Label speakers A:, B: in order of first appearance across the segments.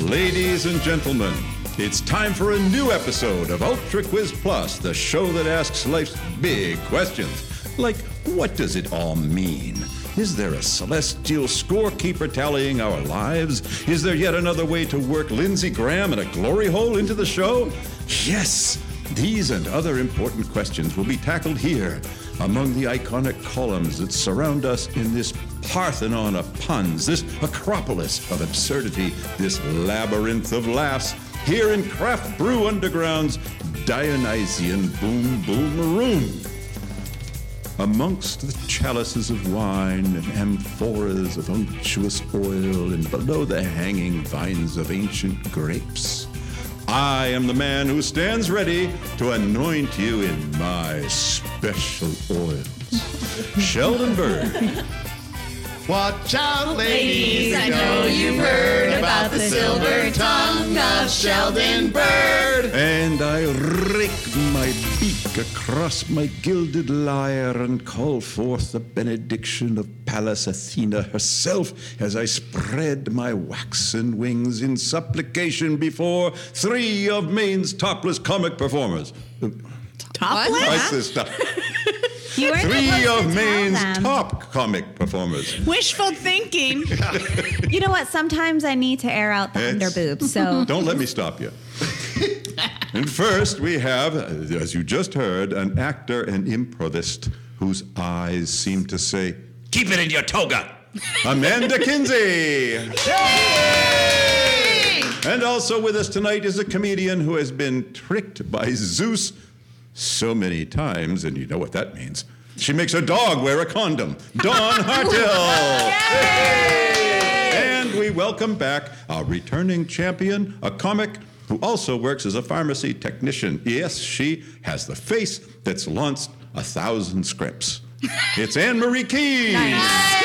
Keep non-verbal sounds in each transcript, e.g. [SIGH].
A: Ladies and gentlemen, it's time for a new episode of Ultra Quiz Plus, the show that asks life's big questions. Like, what does it all mean? Is there a celestial scorekeeper tallying our lives? Is there yet another way to work Lindsey Graham and a glory hole into the show? Yes! These and other important questions will be tackled here among the iconic columns that surround us in this Parthenon of puns, this acropolis of absurdity, this labyrinth of laughs, here in Craft Brew Underground's Dionysian Boom Boom Room. Amongst the chalices of wine and amphoras of unctuous oil, and below the hanging vines of ancient grapes, I am the man who stands ready to anoint you in my special oils. Sheldon Bird.
B: Watch out, ladies.
C: I know you've heard about the silver tongue of Sheldon Bird.
A: And I rake my beak across my gilded lyre and call forth the benediction of Pallas Athena herself as I spread my waxen wings in supplication before three of Maine's topless comic performers.
C: Topless?
A: What's this stuff?
D: You weren't
A: Three
D: supposed
A: of
D: to
A: Maine's
D: tell them.
A: top comic performers.
C: Wishful thinking.
D: [LAUGHS] You know what? Sometimes I need to air out the
A: It's-
D: under boobs.
A: [LAUGHS]
D: So [LAUGHS]
A: Don't let me stop
B: [LAUGHS]
A: you. and first, we have, as you just heard, an actor and improvist whose eyes seem to say,
B: Keep it in your toga.
A: Amanda Kinsey. And also with us tonight is a comedian who has been tricked by Zeus so many times, and you know what that means. She makes her dog wear a condom. Dawn Hartel. And we welcome back our returning champion, a comic who also works as a pharmacy technician. Yes, she has the face that's launched a thousand scripts. It's Anne Marie Keyes.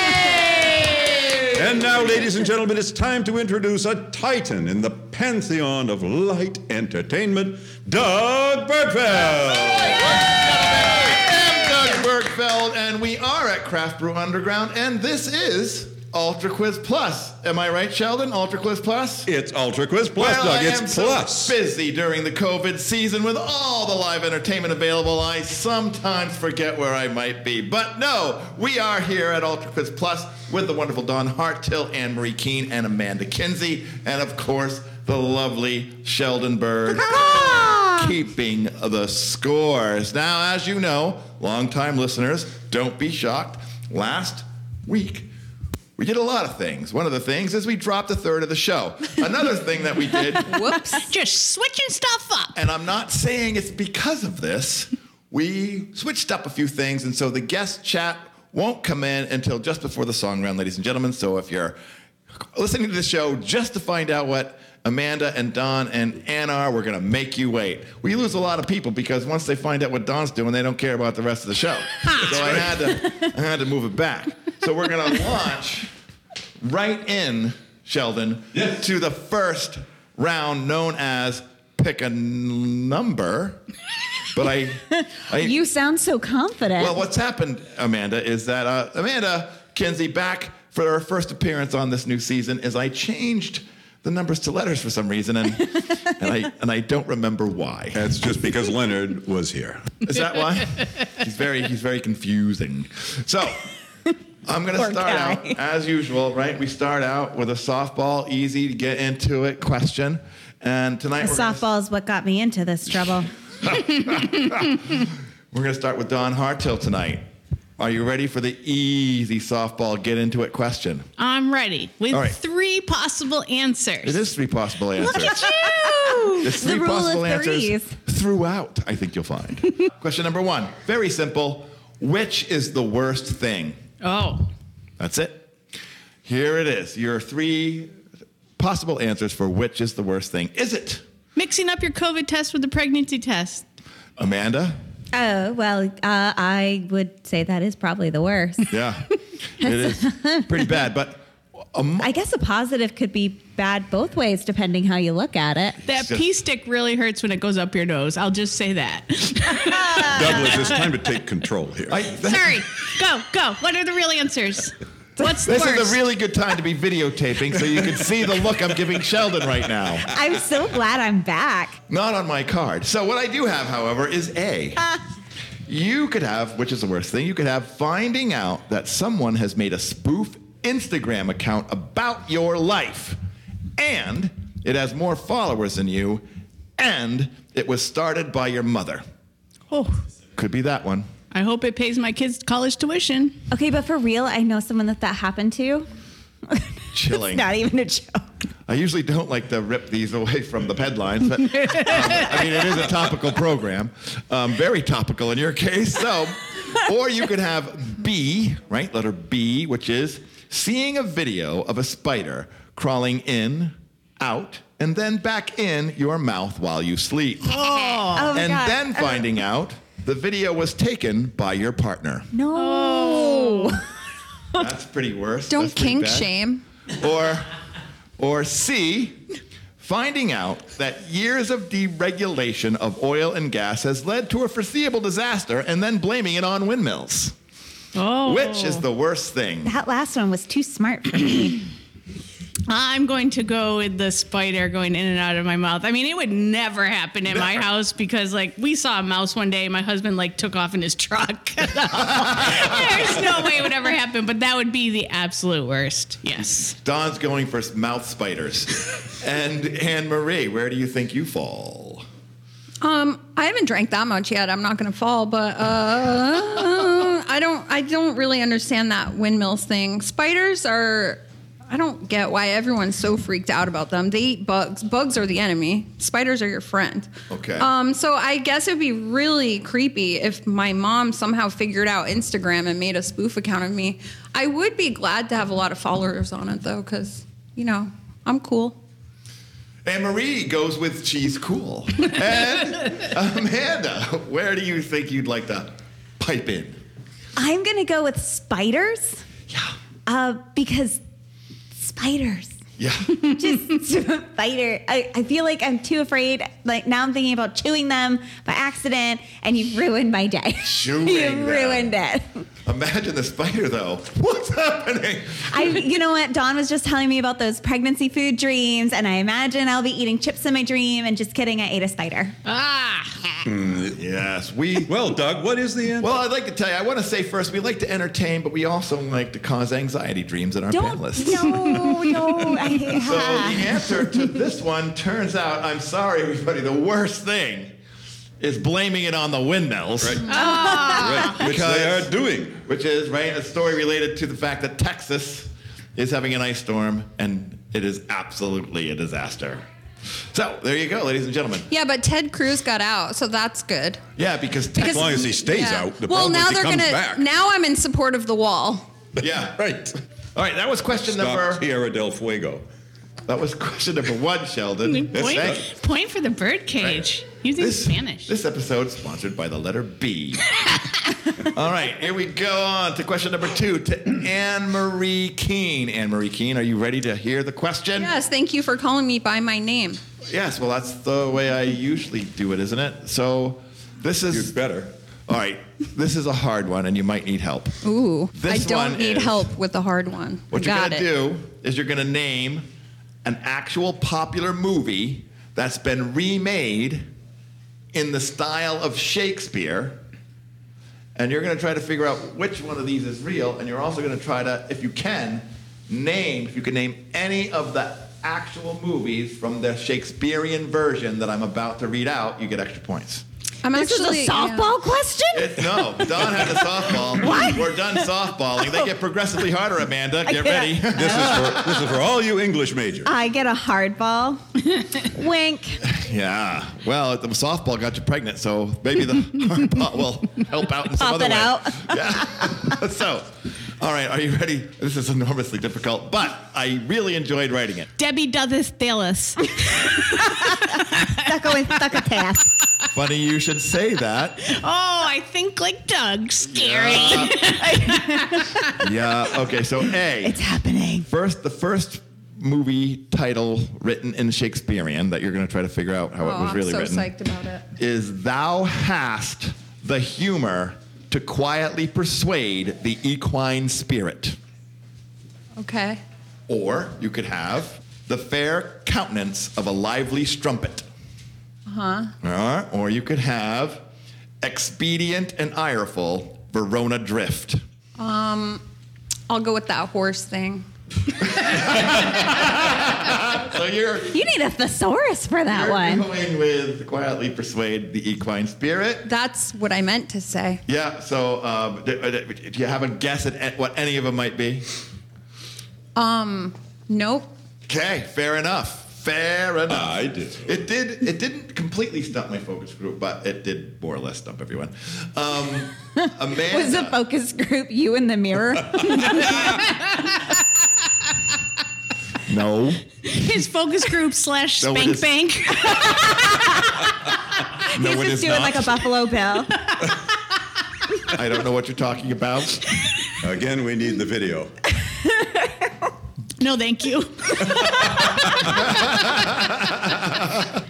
A: And now, ladies and gentlemen, it's time to introduce a titan in the pantheon of light entertainment, Doug Bergfeld.
B: I'm Doug Bergfeld, and we are at Craft Brew Underground, and this is Ultra Quiz Plus. Am I right, Sheldon? Ultra Quiz Plus?
A: It's Ultra Quiz Plus,
B: well,
A: Doug.
B: I
A: it's
B: am
A: plus.
B: So busy during the COVID season with all the live entertainment available. I sometimes forget where I might be, but no, we are here at Ultra Quiz Plus with the wonderful Don Hartill, Anne Marie Keene, and Amanda Kinsey, and of course the lovely Sheldon Bird. Keeping the scores. Now, as you know, longtime listeners, don't be shocked. Last week, we did a lot of things. One of the things is we dropped a third of the show. Another thing that we did,
C: Whoops. Just switching stuff up.
B: and I'm not saying it's because of this, we switched up a few things, and so the guest chat won't come in until just before the song round, ladies and gentlemen. So if you're listening to the show just to find out what Amanda and Don and Ann are, we're gonna make you wait. We lose a lot of people because once they find out what Don's doing, they don't care about the rest of the show. so I had to I had to move it back. So we're gonna launch right in, Sheldon, to the first round known as pick a n- number. But I, I
D: you sound so confident.
B: well, what's happened, Amanda, is that uh, Amanda Kinsey back for her first appearance on this new season is I changed the numbers to letters for some reason, and [LAUGHS] and I and I don't remember why.
A: That's just because Leonard was here.
B: Is that
D: [LAUGHS]
B: why? he's very he's very confusing. So I'm gonna
D: Poor
B: start
D: guy.
B: out as usual, right? We start out with a softball, easy to get into it question. And tonight
D: the
B: we're gonna-
D: softball is what got me into this trouble.
B: We're going to start with Don Hartill tonight. Are you ready for the easy softball get into it question?
C: I'm ready with
B: All right.
C: three possible
B: It
C: answers.
B: is three possible
D: Look
B: answers.
D: at you!
B: There's three
D: the rule
B: possible
D: of
B: answers
D: threes.
B: throughout, I think you'll find.
D: [LAUGHS]
B: question number one very simple. Which is the worst thing?
C: Oh.
B: That's it. Here it is. Your three possible answers for which is the worst thing. Is it
C: Mixing up your COVID test with the pregnancy test.
B: Amanda?
D: Oh well, uh, I would say that is probably the worst.
B: Yeah, it is pretty bad. But
D: I guess a positive could be bad both ways, depending how you look at it.
C: That
B: just-
C: pee stick really hurts when it goes up your nose. I'll just
B: [LAUGHS]
C: say that.
A: Douglas, it's time to take control here.
B: I, [LAUGHS] that,
C: Sorry. Go, go. What are the real answers?
D: What's the
B: This
D: worst?
B: is a really good time to be videotaping so you can see the look I'm giving Sheldon right now.
D: I'm so glad I'm back.
B: Not on my card. So what I do have, however, is A. you could have, which is the worst thing, you could have finding out that someone has made a spoof Instagram account about your life and it has more followers than you and it was started by your mother.
C: Oh,
B: Could be that one.
C: I hope it pays my kids' college tuition.
D: Okay, but for real, I know someone that that happened to.
B: Chilling.
D: Not even a joke.
B: I usually don't like to rip these away from the headlines, but um, I mean, it is a topical program. Um, very topical in your case. So, or you could have B, right? Letter B, which is seeing a video of a spider crawling in, out, and then back in your mouth while you sleep.
D: Oh, my
B: and
D: God.
E: Uh,
B: then finding out the video was taken by your partner.
D: No.
B: That's pretty worse.
E: Don't
B: That's pretty
E: kink
B: bad.
E: shame.
B: or or C, finding out that years of deregulation of oil and gas has led to a foreseeable disaster and then blaming it on windmills,
C: Oh,
B: which is the worst thing.
D: That last one was too smart for me.
C: I'm going to go with the spider going in and out of my mouth. I mean, it would never happen in
B: [LAUGHS]
C: my
B: Never.
C: house because, like, we saw a mouse one day. My husband like took off in his truck. [LAUGHS] There's no way it would ever happen, but that would be the absolute worst. Yes.
B: Don's going for mouth spiders. and Anne Marie, where do you think you fall?
E: Um, I haven't drank that much yet. I'm not going to fall, but uh, I don't. I don't really understand that windmills thing. Spiders are. I don't get why everyone's so freaked out about them. They eat bugs. Bugs are the enemy. Spiders are your friend.
B: Okay.
E: Um, so I guess it would be really creepy if my mom somehow figured out Instagram and made a spoof account of me. I would be glad to have a lot of followers on it though, because you know I'm cool.
B: Anne Marie goes with cheese cool. And Amanda, where do you think you'd like to pipe in?
D: I'm going to go with spiders
B: Yeah.
D: uh, because spiders.
B: Yeah.
D: Just [LAUGHS] spider. I, I feel like I'm too afraid. Like now I'm thinking about chewing them by accident, and you ruined my day. [LAUGHS]
B: Chewing
D: you
B: them.
D: ruined it.
B: Imagine the spider, though. What's happening?
D: I, you know what? Dawn was just telling me about those pregnancy food dreams, and I imagine I'll be eating chips in my dream. And just kidding, I ate a spider.
C: Ah.
B: Yes, we.
A: Well, Doug, what is the answer?
B: Well, I'd like to tell you, I want to say first, we like to entertain, but we also like to cause anxiety dreams in our
D: Don't.
B: panelists.
D: No, no. I,
B: [LAUGHS] So the answer to this one turns out, I'm sorry, everybody, the worst thing is blaming it on the windmills.
A: Right. right, which they
B: Because-
A: are doing.
B: Which is, right, a story related to the fact that Texas is having an ice storm, and it is absolutely a disaster. So there you go, ladies and gentlemen.
E: Yeah, but Ted Cruz got out, so that's good.
B: Yeah, because
E: Because-
B: Texas.
A: long as he stays out, the
E: well,
A: problem is
E: now
A: he
E: they're
A: comes
E: gonna.
A: back.
E: Now I'm in support of the wall.
B: yeah.
A: [LAUGHS] Right.
B: All right, that was question
A: Stop
B: number.
A: Tierra del Fuego.
B: That was question number one, Sheldon. Thank-
C: Point, point for the birdcage using Spanish.
B: This episode is sponsored by the letter B. All right, here we go on to question number two to Anne Marie Keene. Anne Marie Keene, are you ready to hear the question?
E: Yes, thank you for calling me by my name.
B: Yes, well, that's the way I usually do it, isn't it? So this
A: You'd
B: is.
A: better.
B: All right, this is a hard one, and you might need help.
E: Ooh,
B: This
E: I don't
B: one
E: need
B: is-
E: help with the hard one.
B: What you're
E: Got
B: gonna
E: it.
B: do is you're gonna name an actual popular movie that's been remade in the style of Shakespeare, and you're gonna try to figure out which one of these is real, and you're also gonna try to, if you can, name if you can name any of the actual movies from the Shakespearean version that I'm about to read out, you get extra points.
E: I'm
D: this
E: actually
D: is a
E: yeah.
D: softball question.
B: It, no, Don had a
E: [LAUGHS]
B: softball. We're done softballing. They get progressively harder, Amanda. Get
D: cannot-
B: ready. [LAUGHS]
A: This is for this is for all you English majors.
D: I get a [LAUGHS] hardball. Wink.
B: Yeah. Well, the softball got you pregnant, so maybe the
E: [LAUGHS]
B: hardball will help out in some
D: Pop
B: other
D: it
B: way.
D: out.
B: [LAUGHS] Yeah. [LAUGHS] so, all right, are you ready? This is enormously difficult, but I really enjoyed writing it.
C: Debbie
A: [LAUGHS]
C: Douglas Dallas.
D: Stuck with stuck a pass.
B: Funny you should say that.
C: Oh, I think like Doug. Scary.
B: [LAUGHS] Yeah. Okay. So, a
D: It's happening.
B: first, the first movie title written in Shakespearean that you're going to try to figure out how
E: Oh,
B: it was
E: I'm
B: really
E: so
B: written
E: psyched about it.
B: is "Thou hast the humor to quietly persuade the equine spirit."
E: Okay.
B: Or you could have the fair countenance of a lively strumpet. Uh-huh. or you could have expedient and ireful Verona drift.
E: Um, I'll go with that horse thing.
B: So you're
D: You need a thesaurus for that
B: you're
D: one.
B: going with quietly persuade the equine spirit.
E: That's what I meant to say.
B: Yeah. So um, do, uh, do you have a guess at what any of them might be?
E: Um, nope.
B: Okay. Fair enough. Fair enough.
A: I do.
B: It did. It didn't completely stump my focus group, but it did more or less stump everyone. Um,
D: [LAUGHS]
B: Amanda,
D: Was the focus group you in the
B: [LAUGHS]
D: mirror?
B: no,
C: His focus group slash
B: No, it
C: spank
B: is-
C: bank. [LAUGHS]
B: no,
D: He's
B: it
D: just
B: is
D: doing
B: not.
D: like a Buffalo
B: [LAUGHS]
D: Bill.
B: I don't know what you're talking about.
A: Again, we need the video.
C: No, thank you.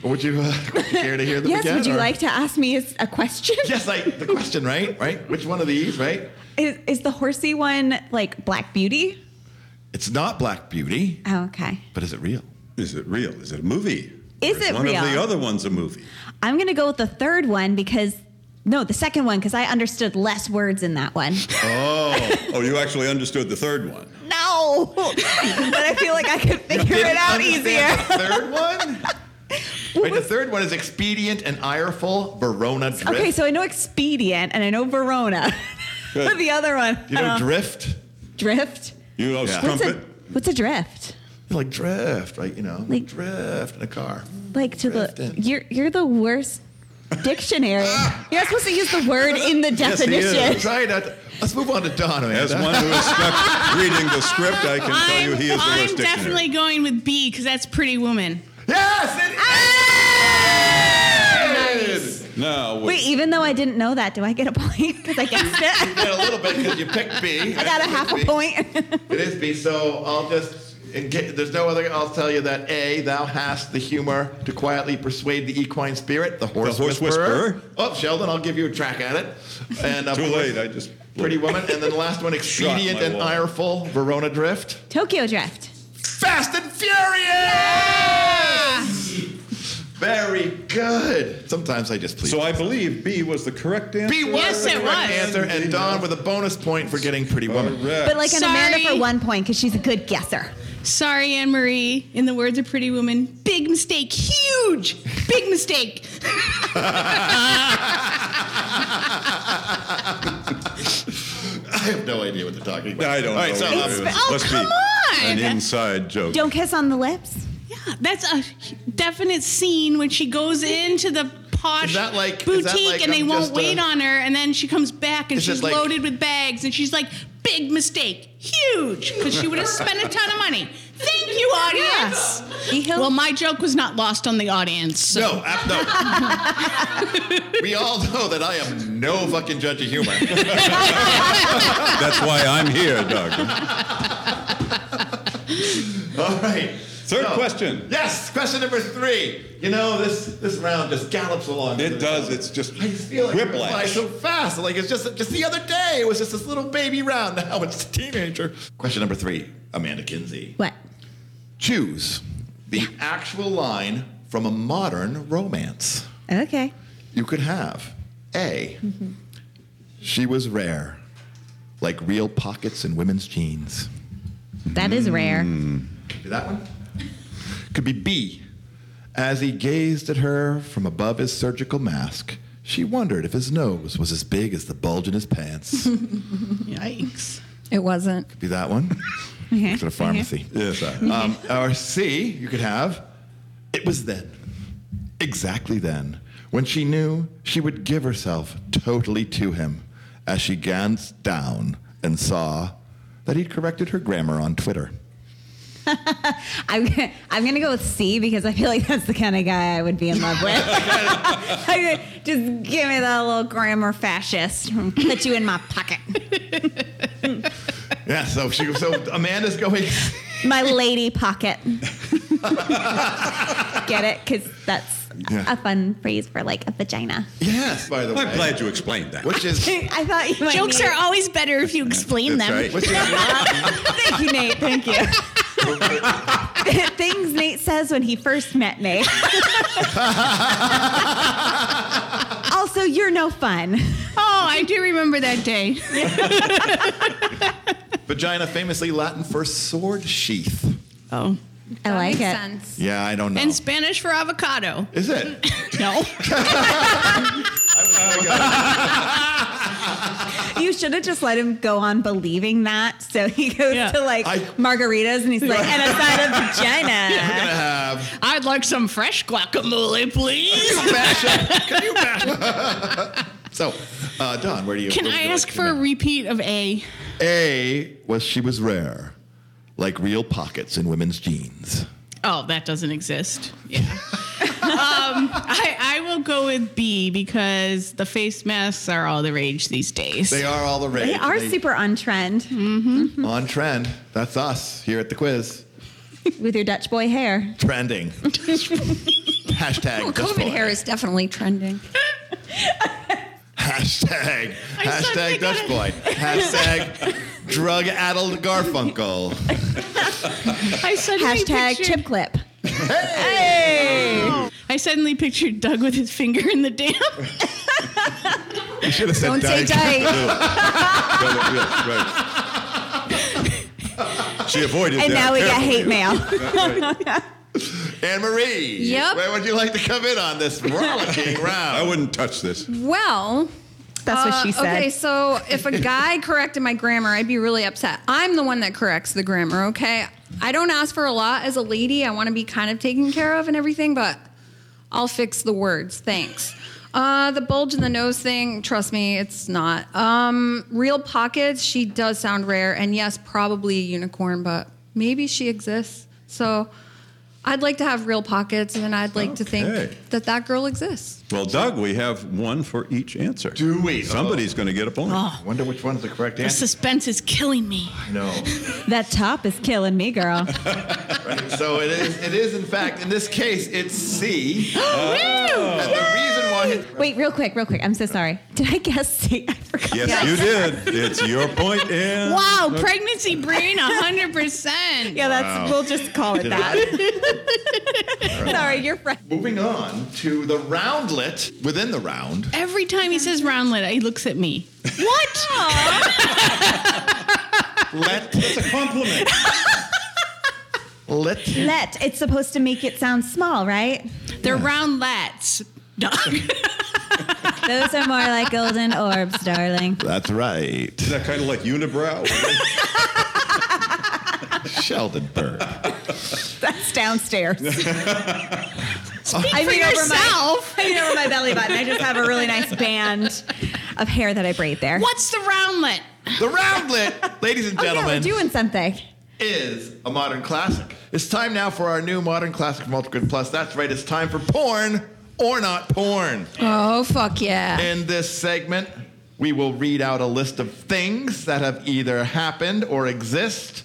B: Would you uh, care to hear them
D: yes,
B: again?
D: would you
B: or-
D: like to ask me a a question?
B: Yes, like the question, right? Right. Which one of these, right?
D: Is, is the horsey one like Black Beauty?
B: It's not Black Beauty,
D: Oh, okay.
B: but is it real?
A: Is it real? Is it a movie?
D: Is
A: Or
D: it
A: one
D: real?
A: of the other one's a movie.
D: I'm going to go with the third one because, no, the second one because I understood less words in that one.
A: Oh, you actually understood the third one.
D: [LAUGHS] no! [LAUGHS] but I feel like I could figure it
B: Didn't
D: out
B: understand
D: easier.
B: The
D: [LAUGHS]
B: third one. Wait, the third one is expedient and ireful Verona drift.
D: Okay, so I know Expedient and I know Verona. [LAUGHS]
A: Good.
D: the other one.
B: you know
D: I don't
B: drift.
D: drift?
A: You know,
B: Yeah.
D: What's a,
A: strumpet.
D: what's a drift?
B: Like drift, right? You know,
D: Like-
B: drift in a car.
D: Like to the
B: Drifting.
D: you're you're
A: [LAUGHS]
D: the worst dictionary. you're not supposed to use the word in the
A: [LAUGHS] Yes, he is.
D: definition.
B: Sorry, not, let's move on to Don.
A: As
B: Amanda.
A: one who is stuck reading the script, I can tell you he is the
C: I'm
A: worst dictionary.
C: definitely going with B because that's Pretty Woman.
D: Ah!
B: Yes, it is.
A: No, wait.
D: Wait, even though I didn't know that, do I get a point? [LAUGHS] Because I guessed it.
B: You did a little bit because you picked B.
D: I got a half a point. [LAUGHS]
B: It is B. So I'll just. In case, there's no other. I'll tell you that A. Thou hast the humor to quietly persuade the equine spirit, the horse,
A: horse whisperer.
B: Oh, Sheldon, I'll give you a track at it. And uh,
A: Too late. I just.
B: Pretty woman, and then the last one, expedient
A: my
B: and
A: wall.
B: ireful, Verona drift.
D: Tokyo Drift.
B: Fast and Furious! Very good. Sometimes I just please.
A: So I believe B was the correct answer.
B: B was
C: Yes,
B: the
C: it
B: correct
C: was.
B: answer, and Don with a bonus point for getting Pretty
A: Oh.
B: Woman.
A: Correct.
D: But like an Amanda for
C: Sorry.
D: one point because she's a good guesser.
C: Sorry, Anne Marie. In the words of Pretty Woman, big mistake, huge, big mistake.
B: I have no idea what they're talking about.
A: I don't
B: All right,
A: know
B: so
A: what
B: um,
A: it is.
C: oh,
A: Must be
C: come on!
A: An inside joke.
D: Don't kiss on the lips.
C: Yeah, that's a definite scene when she goes into the posh
B: Is that like- is
C: boutique
B: that like
C: and they
B: I'm
C: won't
B: just, uh,
C: wait on her, and then she comes back and
B: Is it
C: she's
B: like-
C: loaded with bags, and she's like, "Big mistake, huge," because she would have spent a ton of money. Thank you, audience. Well, my joke was not lost on the audience. So.
B: no, ab- no. we all know that I am no fucking judge of humor.
A: That's why I'm here,
C: [LAUGHS]
A: Doug.
B: [LAUGHS] all right.
A: Third question.
B: Yes, question number three. You know this this round just gallops along.
A: It does. It's just
B: I just feel like it went by
A: whiplash.
B: so fast. Like it's just just the other day. It was just this little baby round. [LAUGHS] Now it's a teenager. Question number three. Amanda Kinsey.
D: What?
B: choose the actual line from a modern romance.
D: Okay.
B: You could have A. She was rare, like real pockets in women's jeans.
D: That is rare.
B: Be that one? Could be B. As he gazed at her from above his surgical mask, she wondered if his nose was as big as the bulge in his
D: [LAUGHS]
B: pants.
C: Yikes.
E: It wasn't.
B: Be that one?
D: Okay.
B: It's at a pharmacy.
A: Yes, I-
B: Um, or C, you could have, it was then, exactly then, when she knew she would give herself totally to him as she glanced down and saw that he'd corrected her grammar on Twitter.
D: I'm, gonna- I'm gonna go with C because I feel like that's the kind of guy I would be in love
C: [LAUGHS]
D: with. [LAUGHS] I would- Just give me that little grammar fascist. Put you in my pocket.
B: Yeah, so she so Amanda's going
C: [LAUGHS]
D: My lady pocket. Get it? Because that's
B: Yeah.
D: a fun phrase for like a
C: [LAUGHS]
D: vagina.
B: Yes, by the way.
A: I'm glad you explained that.
B: Which is.
D: I thought you might
C: Jokes
D: need
C: are
D: it.
C: always better if you explain
B: That's
C: them.
D: [LAUGHS]
B: right. Which is
D: Thank you, Nate. Thank you. [LAUGHS] Things Nate says when he first met
B: [LAUGHS]
D: Nate. also, you're no fun.
C: Oh, I do remember that day.
B: vagina, famously Latin for sword sheath.
C: Oh.
D: I like
E: makes
D: it.
E: sense.
B: Yeah, I don't know.
C: And Spanish for avocado.
B: is it?
C: No.
D: You should have just let him go on believing that. So he goes
C: Yeah.
D: to like
B: I-
D: margaritas and he's like, and a side of
B: [LAUGHS]
D: vagina.
B: Uh,
C: I'd like some fresh guacamole, please.
B: Mash up. Can you mash up? [LAUGHS] So, uh, Don, where do you?
C: Can
B: where would
C: I
B: you like
C: ask
B: to
C: for a
B: begin?
C: repeat of A?
B: A was she was rare, like real pockets in women's jeans.
C: Oh, that doesn't exist. Yeah. [LAUGHS] um, I, I will go with B because the face masks are all the rage these days.
B: They are all the rage.
D: They are
B: They-
D: super on trend
B: on trend. That's us here at the quiz.
D: with your Dutch boy hair.
B: Trending. Hashtag.
E: Well,
B: Dust
E: COVID
B: Bowl.
E: hair is definitely trending.
B: Hashtag.
C: suddenly
B: Hashtag
C: got
B: Dutch
C: it.
B: Boy. Hashtag drug addled Garfunkel.
C: I suddenly
D: Hashtag
C: pictured,
D: chip clip.
C: I suddenly pictured Doug with his finger in the [LAUGHS] dam.
B: You should have said
E: Don't say
A: [LAUGHS]
B: dyke.
E: dyke.
A: Yeah, right. she avoided
D: And
A: that.
D: now we got hate
A: carefully.
D: mail.
B: Anne Marie.
E: Yep.
B: Where would you like to come in on this rollicking
A: I
B: round?
A: wouldn't touch this.
E: Well,
D: That's what
E: uh,
D: she said.
E: Okay, so if a
D: [LAUGHS]
E: guy corrected my grammar, I'd be really upset. I'm the one that corrects the grammar, okay? I don't ask for a lot as a lady. I want to be kind of taken care of and everything, but I'll fix the words. Thanks. Uh, the bulge in the nose thing, trust me, it's not. Um, real pockets, she does sound rare. And yes, probably a unicorn, but maybe she exists. So I'd like to have real pockets, and I'd like to
A: Okay.
E: think that that girl exists.
A: Well, Doug, we have one for each answer.
B: Do we?
A: Somebody's going to get a point.
D: Oh.
B: I wonder which one's the correct
C: Oh, the
B: answer.
C: suspense is killing me. [GASPS]
B: No.
D: that top is killing me, girl.
B: So it is. It is in fact in this case it's C.
D: Oh.
B: And the reason why it-
D: Wait, real quick, real quick. I'm so sorry. Did I guess [LAUGHS] C? I forgot.
A: Yes, you did. It's your point and
C: Wow, pregnancy brain, [LAUGHS] 100%.
D: Yeah, that's. We'll just call it that. [LAUGHS] sorry, you're friend.
B: moving on to the roundlet within the round.
C: Every time he says roundlet, he looks at me. What?
B: Let
A: It's a compliment.
B: let
D: Let. It's supposed to make it sound small, right?
C: They're roundlets. [LAUGHS] Doug.
D: [LAUGHS] Those are more like golden orbs, darling.
B: That's right.
A: Is that kind of like unibrow?
B: Sheldon Berg.
D: That's downstairs.
C: Speak
D: I
C: for
D: mean, over my-
C: yourself.
D: I mean, over my belly button. I just have a really nice band of hair that I braid there.
C: What's the roundlet?
B: The roundlet, ladies and
D: Oh, yeah, we're
B: gentlemen,
D: doing something.
B: is a modern classic. It's time now for our new modern classic from Ultra Grid Plus. That's right. It's time for porn or not porn.
E: Oh, fuck yeah.
B: In this segment, we will read out a list of things that have either happened or exist,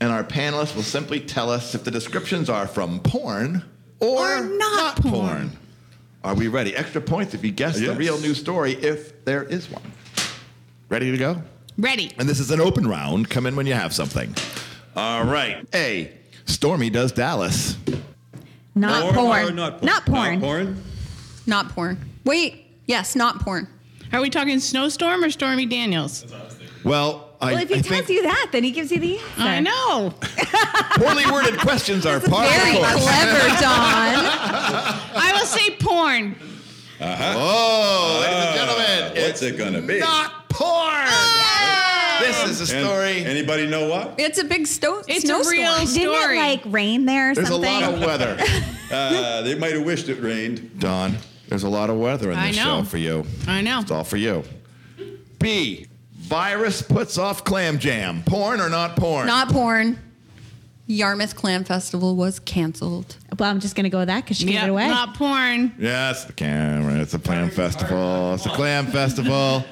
B: and our panelists will simply tell us if the descriptions are from porn or,
C: Or not
B: porn.
C: porn.
B: Are we ready? Extra points if you guess the
A: Yes.
B: real news story, if there is one. Ready to go?
C: Ready.
D: Uh,
B: And this is an open round. Come in when you have something. All right. A. Stormy does Dallas.
D: [LAUGHS] Not
A: Or
D: porn.
A: not porn. Not
D: porn.
A: porn.
E: Not porn. Wait. Yes, not porn.
C: Are we talking snowstorm or Stormy Daniels?
B: Well, I,
D: Well, if he
B: I
D: tells
B: think
D: you that, then he gives you the answer.
C: I know.
B: poorly worded questions are part of
E: Very
B: the course.
E: clever,
B: [LAUGHS]
E: Don.
C: I will say porn.
B: Oh, ladies and gentlemen,
A: Ah, What's
B: it's
A: it going to be?
B: not porn.
D: Oh,
B: This is a
A: And
B: story.
A: Anybody know what?
E: It's a big sto-
C: It's a
E: snowstorm.
C: real-
D: Didn't
C: Story.
D: it like rain there or
B: there's a
D: something?
B: lot of weather,
D: [LAUGHS]
A: Uh, they might have wished it rained.
B: Don. There's a lot of weather in
C: I
B: this
C: know.
B: show for you.
C: I know.
B: It's all for you. B. Virus puts off clam jam. Porn or not porn?
E: Not porn. Yarmouth Clam Festival was canceled.
D: Well, I'm just gonna go with that because she gave
C: Yeah,
D: it away.
C: Not porn.
B: Yes, the camera. It's a clam festival. It's a clam festival.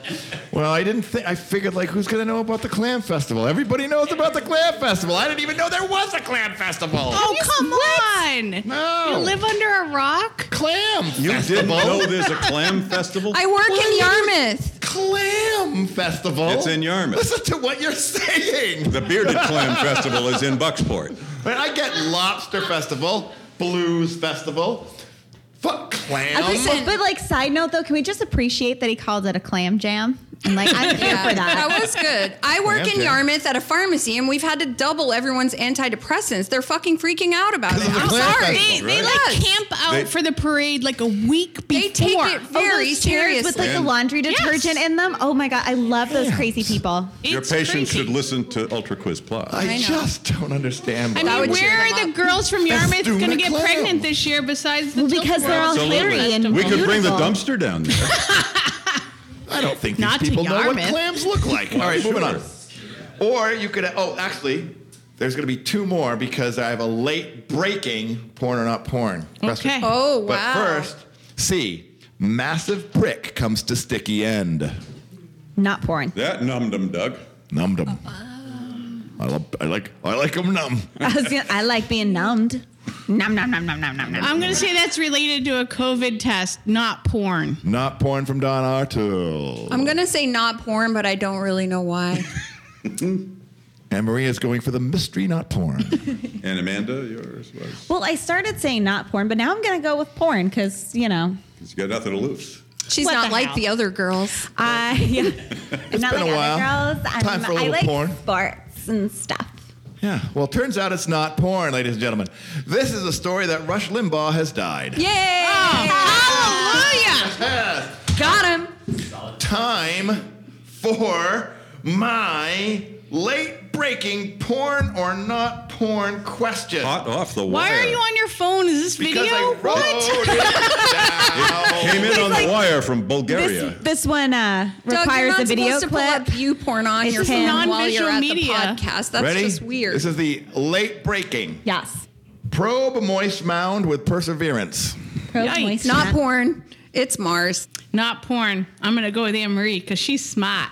B: Well, I didn't think. I figured, like, who's gonna know about the clam festival? Everybody knows about the clam festival. I didn't even know there was a clam festival.
C: Oh, come on.
B: No.
C: You live under a rock?
B: Clam
A: You didn't
B: festival.
A: know there's a clam festival?
E: I work
B: What
E: in
B: are you-
E: Yarmouth.
B: Clam festival.
A: It's in Yarmouth.
B: Listen to what you're saying.
A: the Bearded
C: [LAUGHS]
A: Clam Festival is in Bucksport.
B: But I get lobster festival, blues festival, fuck clam.
D: Okay, so-
E: Listen.
D: Uh, but like side note though, can we just appreciate that he called it a clam jam? And like I'm here for that.
E: that was good. I work in
B: Okay.
E: Yarmouth at a pharmacy, and we've had to double everyone's antidepressants. They're fucking freaking out about it.
B: Because of the
E: I'm
B: plant
E: sorry.
B: festival,
C: They, they
B: Right.
C: like
E: Yes.
C: camp out
A: They-
C: for the parade like a week before.
E: They take it
D: Oh, those
E: very
D: chairs
E: seriously.
D: with like the
A: And-
D: laundry detergent in them. Oh my god, I love those crazy people.
A: Your
C: It's
A: patient
C: crazy.
A: should listen to Ultra Quiz Plus.
B: I,
E: know.
B: just don't understand.
C: I
E: That
C: mean,
E: would cheer
C: where
E: them
C: are the
E: up.
C: girls from
B: Let's
C: Yarmouth
B: do
C: going to
B: a
C: get
B: clam.
C: pregnant this year besides the
D: Well, because
C: Tilt
D: they're all
C: World?
D: hairy and
A: We could bring the
D: beautiful.
A: dumpster down there.
B: I don't think these
C: Not to
B: people know what
C: Yarmouth.
B: clams look like. All right, moving on. Or you could, oh, actually, there's going to be two more because I have a late breaking porn or not porn. question.
C: Okay.
E: Oh,
B: But
E: wow.
B: first, C, massive prick comes to sticky end.
D: Not porn.
A: That numbed them, Doug.
B: Numbed 'em. I, love, I like I like 'em numb.
D: I, was gonna, I like being numbed. Nom nom nom nom nom nom nom.
C: I'm going to say that's related to a COVID test, not porn.
B: Not porn from Don Artul.
E: I'm gonna say not porn, but I don't really know why.
D: [LAUGHS]
B: And Maria's going for the mystery, not porn.
E: [LAUGHS]
A: And Amanda, yours was.
D: Well, I started saying not porn, but now I'm gonna go with porn because you know
A: Because you got nothing to lose.
E: She's
D: What
E: not
D: the
E: like
D: hell?
E: the other girls.
D: I Uh, [LAUGHS]
B: [LAUGHS]
D: yeah. I'm not
B: been
D: like
B: a while.
D: other girls. I'm,
B: Time for a
D: I
B: little
D: like
B: porn.
D: sports and stuff.
B: yeah. Well, turns out it's not porn, ladies and gentlemen. This is a story that Rush Limbaugh has died.
E: Yay!
D: Oh,
C: Hallelujah.
E: Got him.
B: Time for my late breaking porn or not porn question.
A: Hot off the wire.
C: Why are you on your phone? Is this
B: Because
C: video?
B: I wrote it
E: [LAUGHS]
A: Came
B: down.
A: in on the wire from Bulgaria.
D: This, this one uh,
E: Doug, you're
D: requires
E: not
D: a video
E: supposed to pull
D: clip.
E: up view porn on
D: It's
E: your
D: just
E: phone while you're at the
C: non-visual media.
E: podcast. That's
B: Ready?
E: just weird.
B: This is the late breaking.
D: Yes.
B: Probe moist mound with perseverance.
D: Probe
C: Yikes.
D: moisture.
E: not porn. It's Mars.
C: not porn. I'm going to go with Anne Marie because she's smart.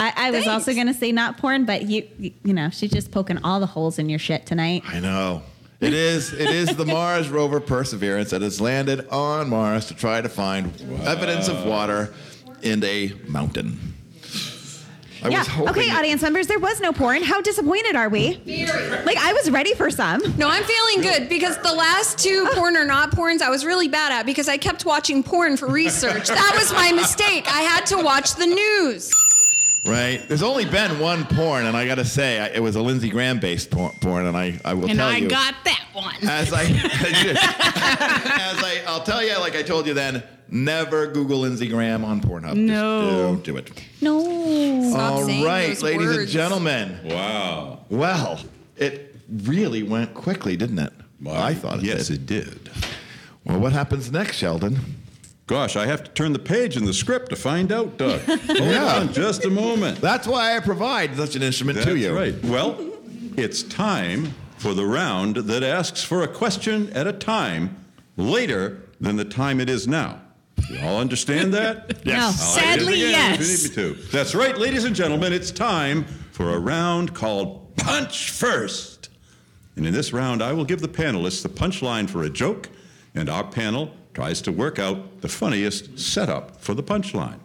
D: I, I was also
E: Thanks.
D: gonna say not porn, but you, you you know she's just poking all the holes in your shit tonight.
B: I know. It is. It is the Mars rover Perseverance that has landed on Mars to try to find evidence of water in a mountain. I
D: yeah.
B: was hoping.
D: Okay, audience members, there was no porn. How disappointed are we? Like I was ready for some.
E: No, I'm feeling good because the last
C: Oh.
E: two porn or not porns I was really bad at because I kept watching porn for research. That was my mistake. I had to watch the news.
B: Right. There's only been one porn, and I got to say, I, it was a Lindsey Graham based porn, porn, and I, I will
C: and
B: tell
C: I
B: you.
C: got that one.
B: as I, [LAUGHS] as I, I'll tell you, like I told you then, never Google Lindsey Graham on Pornhub. Just
C: No.
B: don't do it.
D: No.
E: Stop
B: All
E: saying
B: right,
E: those
B: ladies and
E: words.
B: gentlemen.
A: wow.
B: Well, it really went quickly, didn't it? I thought it
A: yes,
B: did.
A: it did.
B: Well, what happens next, Sheldon?
A: Gosh, I have to turn the page in the script to find out,
B: [LAUGHS]
A: Doug. Hold
B: Yeah.
A: on just a moment.
B: That's why I provide such an instrument to
A: That's
B: you.
A: right. Well, it's time for the round that asks for a question at a time later than the time it is now. You all understand [LAUGHS] that?
D: Yes.
A: I'll hit
C: Sadly,
A: it again
C: yes.
A: If you need me to. That's right, ladies and gentlemen, it's time for a round called Punch First. And in this round, I will give the panelists the punchline for a joke, and our panel tries to work out the funniest setup for the punchline.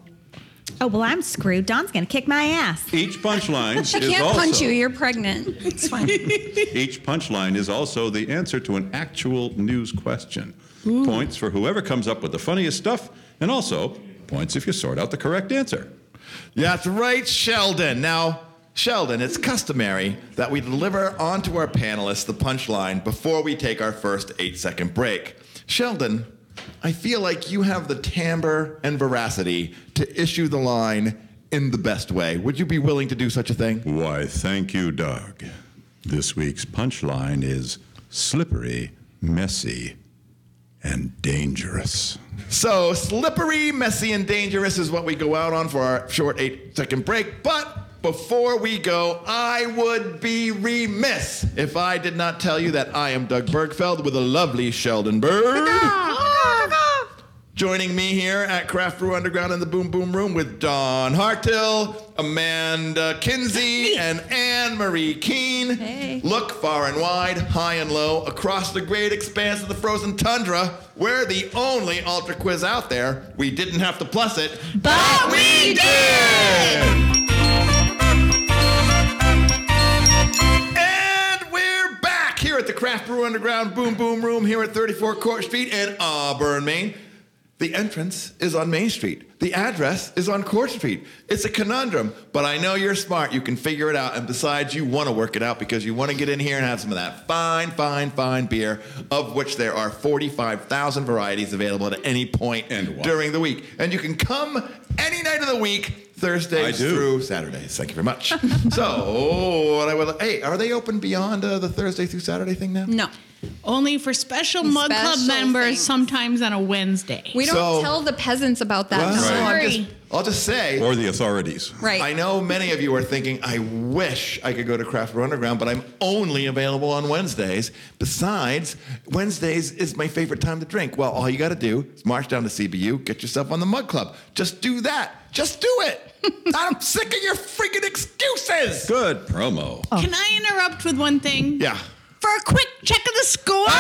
D: Oh well, I'm screwed. Don's gonna kick my ass. [LAUGHS]
A: Each punchline
E: [LAUGHS] She
A: is
E: can't
A: also
E: punch you. You're pregnant. It's fine.
A: Each punchline is also the answer to an actual news question. Points for whoever comes up with the funniest stuff, and also points if you sort out the correct answer.
B: That's right, Sheldon. Now, Sheldon, it's customary that we deliver onto our panelists the punchline before we take our first eight second break. Sheldon, I feel like you have the timbre and veracity to issue the line in the best way. Would you be willing to do such a thing?
A: Why, thank you, Doug. This week's punchline is slippery, messy, and dangerous.
B: So, slippery, messy, and dangerous is what we go out on for our short eight second break. But before we go, I would be remiss if I did not tell you that I am Doug Bergfeld with a lovely Sheldon Bird. Joining me here at Craft Brew Underground in the Boom Boom Room with Don Hartill, Amanda Kinsey, and Anne Marie Keene.
E: Hey.
B: Look far and wide, high and low, across the great expanse of the frozen tundra. We're the only Ultra Quiz out there. We didn't have to plus it,
D: But we
B: did! And we're back here at the Craft Brew Underground Boom Boom Room here at 34 Court Street in Auburn, Maine. The entrance is on Main Street. The address is on Court Street. It's a conundrum, but I know you're smart. You can figure it out. And besides, you want to work it out because you want to get in here and have some of that fine, fine, fine beer, of which there are 45,000 varieties available at any point
A: And wine.
B: during the week. And you can come any night of the week, Thursdays
A: I do.
B: through Saturdays. Thank you very much. [LAUGHS] so, what I would hey, are they open beyond uh, the Thursday through Saturday thing now?
E: No.
C: Only for special mug club
E: Special
C: members,
E: things.
C: sometimes on a Wednesday.
E: We don't
B: So-
E: tell the peasants about that.
B: Well,
E: no
B: so
E: more.
B: I'm
C: Sorry.
B: just- I'll just say.
A: Or the authorities.
E: Right.
B: I know many of you are thinking, I wish I could go to Craft Brew Underground, but I'm only available on Wednesdays. Besides, Wednesdays is my favorite time to drink. Well, all you got to do is march down to CBU, get yourself on the Mug Club. Just do that. Just do it.
E: [LAUGHS]
B: I'm sick of your freaking excuses.
A: Good promo.
C: Can I interrupt with one thing?
B: Yeah.
C: For a quick check of the scores?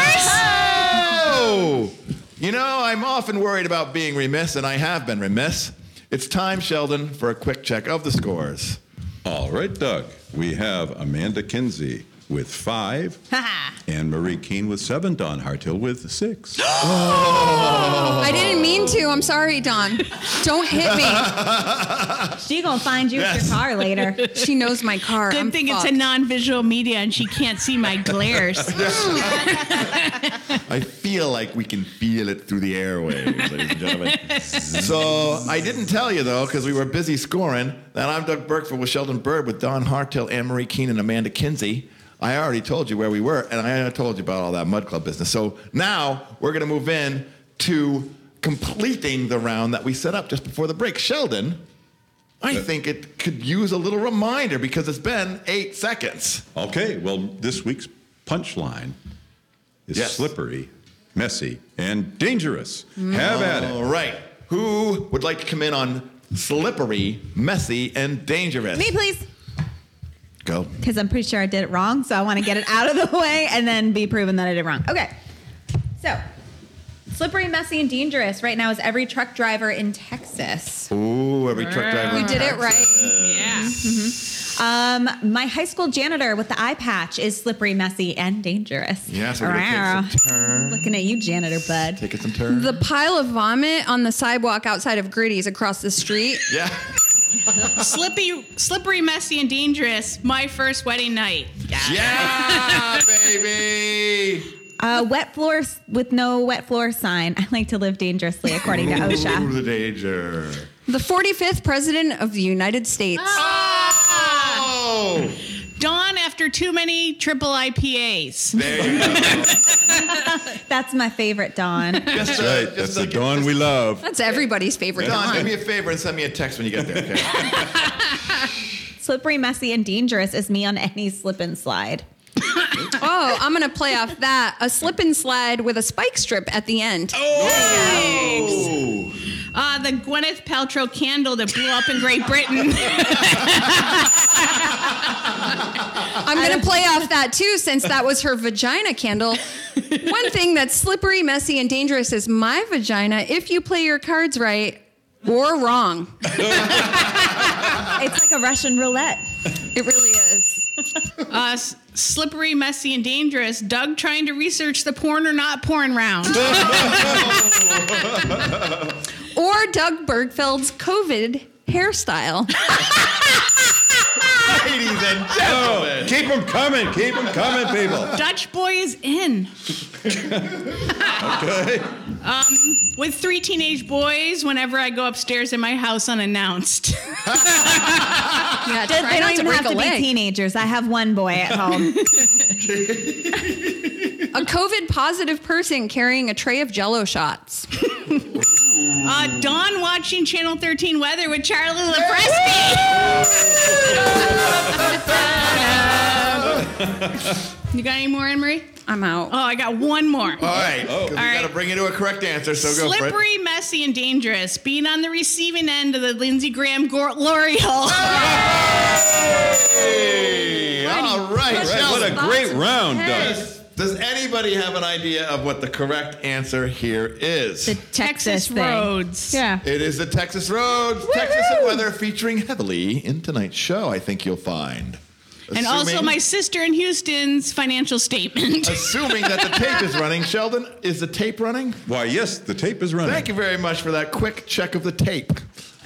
B: Oh! You know, I'm often worried about being remiss, and I have been remiss. It's time, Sheldon, for a quick check of the scores.
A: All right, Doug. We have Amanda Kinsey with five,
D: Ha
A: and Marie Keene with seven, Don Hartill with six.
E: I didn't mean to. I'm sorry, Don. Don't hit me.
D: She gonna find you at
B: Yes.
D: your car
B: [LAUGHS]
D: later.
E: She knows my car.
C: Good
E: I'm
C: thing it's
E: fucked.
C: a non-visual media and she can't see
B: [LAUGHS]
C: my glares.
B: I feel like we can feel it through the airwaves, ladies and gentlemen. so I didn't tell you though, because we were busy scoring. That I'm Doug Burkford with Sheldon Bird, with Don Hartill, Anne Marie Keene, and Amanda Kinsey. I already told you where we were, and I told you about all that Mud Club business. So now we're gonna move in to completing the round that we set up just before the break. Sheldon, I think it could use a little reminder because it's been eight seconds.
A: Okay, well, this week's punchline is
B: Yes.
A: slippery, messy, and dangerous. Have at
B: All
A: it.
B: right. Who would like to come in on slippery, messy, and dangerous?
D: Me, please.
B: Go.
D: Because I'm pretty sure I did it wrong, so I want to get it out of the way and then be proven that I did it wrong. Okay. So, slippery, messy, and dangerous right now is every truck driver in Texas.
B: Ooh, every truck driver.
E: We did it right.
C: yeah.
D: Um, my high school janitor with the eye patch is slippery, messy, and dangerous.
B: Yes, we're gonna take some turns.
D: Looking at you, janitor bud.
B: Taking some turns.
E: The pile of vomit on the sidewalk outside of Gritty's across the street.
B: yeah.
C: Slippy, slippery, messy, and dangerous. My first wedding night.
B: Yeah, baby.
D: Uh, wet floor with no wet floor sign. I like to live dangerously, according
A: [LAUGHS]
D: to
B: Ooh,
D: OSHA.
B: the danger.
E: The 45th president of the United States.
C: Ah.
B: Oh,
C: Dawn after too many triple IPAs.
B: there you go.
D: That's my favorite, Dawn. [LAUGHS]
B: Just,
A: That's
B: uh,
A: right.
B: just
A: That's
B: uh,
A: the dawn we love.
E: That's everybody's favorite.
B: Don, do
E: one.
B: me a favor and send me a text when you get there.
A: [LAUGHS]
B: Okay.
D: slippery, messy, and dangerous is me on any slip and slide.
E: Oh, I'm going to play off that. A slip and slide with a spike strip at the end.
B: Ooh.
C: Uh, the Gwyneth Paltrow candle that blew up in Great
B: [LAUGHS]
C: Britain.
E: I'm going to play off that too, since that was her vagina candle. One thing that's slippery, messy, and dangerous is my vagina if you play your cards right or wrong.
D: It's like a Russian roulette.
E: It really is.
C: Uh, s- slippery, messy, and dangerous. Doug trying to research the porn or not porn round.
E: Or Doug Bergfeld's COVID hairstyle.
B: Ladies and gentlemen.
A: Keep them coming. Keep them coming, people.
C: Dutch boy is in
A: Okay.
C: Um, with three teenage boys whenever I go upstairs in my house unannounced. [LAUGHS]
E: Yeah,
D: They
E: try not
D: don't even
E: break
D: have
E: a
D: to
E: leg.
D: be teenagers. I have one boy at
E: [LAUGHS]
D: home.
E: A COVID positive person carrying a tray of jello shots.
C: Uh, Dawn watching Channel 13 Weather with Charlie LaFresky. You got any more, Anne Marie?
E: I'm out.
C: Oh, I got one more.
B: All right.
A: Oh.
B: 'cause we
A: All
C: right.
B: got to bring you to a correct answer, so go for it.
C: Slippery, messy, and dangerous. Being on the receiving end of the Lindsey Graham Gor- glory hole.
B: Hey, all right.
E: Precious
B: Sheldon.
A: What a great round,
E: Hey.
A: Doug.
B: Does anybody have an idea of what the correct answer here is?
D: The
B: It
D: Texas,
C: Texas
D: thing.
C: roads.
D: Yeah.
B: is the Texas Roads, Texas and Weather featuring heavily in tonight's show, I think you'll find.
C: And also
B: Assuming-
C: my sister in Houston's financial
B: [LAUGHS]
C: statement.
B: Assuming that the tape is running. Sheldon, is the tape running?
A: Why, yes, the tape is running.
B: Thank you very much for that quick check of the tape.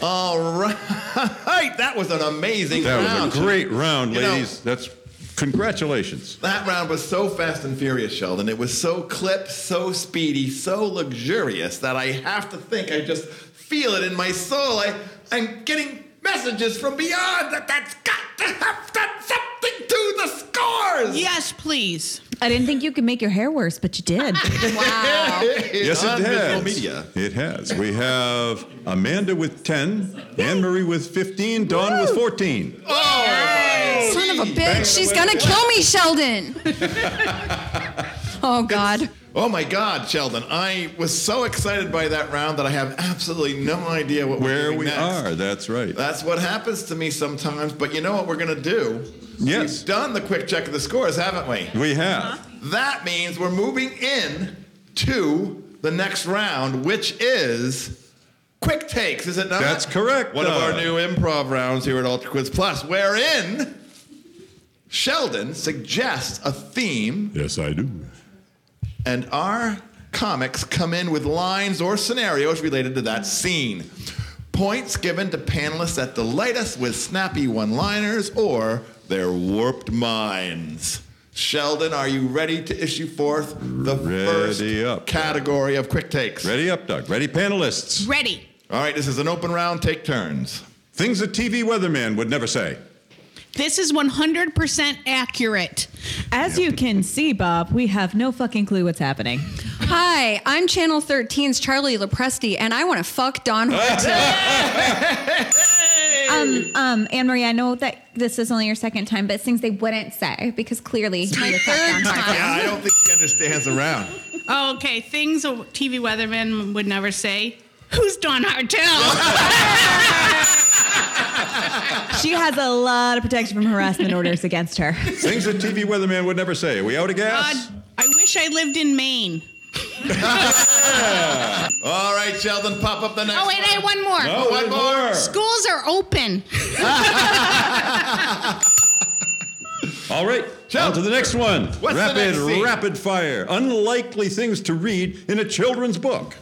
B: All right. [LAUGHS] That was an amazing
A: That
B: round.
A: was a great round,
B: You know-
A: ladies. That's congratulations.
B: That round was so fast and furious, Sheldon. It was so clipped, so speedy, so luxurious that I have to think. I just feel it in my soul. I, I'm getting messages from beyond that that's got to have done something to the scores.
C: [LAUGHS] yes, please.
D: I didn't think you could make your hair worse, but you [LAUGHS] did.
A: Yes,
B: On
A: it
B: visual
A: has.
B: media.
A: It has. We have Amanda with 10, Anne Marie with 15, Dawn with 14.
B: Oh,
E: Son of a bitch. She's going to kill me, Sheldon. [LAUGHS] oh, God.
B: Oh my God, Sheldon! I was so excited by that round that I have absolutely no idea what we're
A: Where
B: doing
A: we
B: next.
A: are, that's right.
B: That's what happens to me sometimes. But you know what we're gonna do?
A: Yes.
B: We've done the quick check of the scores, haven't we?
A: We have.
B: That means we're moving in to the next round, which is quick takes, is it not?
A: That's correct, uh,
B: One of
A: Doug.
B: our new improv rounds here at Ultra Quiz Plus, wherein Sheldon suggests a theme
A: Yes, I do.
B: and our comics come in with lines or scenarios related to that scene. Points given to panelists that delight us with snappy one liners or their warped minds. Sheldon, are you ready to issue forth the
A: Ready
B: first
A: up.
B: category of quick takes?
A: Ready up, Doug. Ready, panelists.
C: Ready.
B: All right, this is an open round, take turns.
A: Things a TV weatherman would never say.
C: This is 100% accurate.
D: As you can see, Bob, we have no fucking clue what's happening.
E: Hi, I'm Channel 13's Charlie Lepresti, and I want to fuck [LAUGHS] Don Horton.
D: Um, um, Anne Marie, I know that this is only your second time, but it's things they wouldn't say because clearly
E: my
D: you attacked
E: third
D: on
E: time.
D: target.
B: Yeah, I don't think he understands the round.
C: Okay, things a TV weatherman would never say. Who's Don Hartel? Oh,
D: She has a lot of protection from harassment orders against her.
A: Things a TV weatherman would never say. Are we out of gas?
C: God, I wish I lived in Maine.
B: All right, Sheldon, pop up the next
C: Oh, wait, I
B: one.
C: have one more.
A: Oh, one
B: One more.
A: more.
C: Schools are open.
A: All right,
B: Sure.
A: on to the next one.
B: What's the
A: rapid,
B: next scene?
A: rapid fire. Unlikely things to read in a children's book.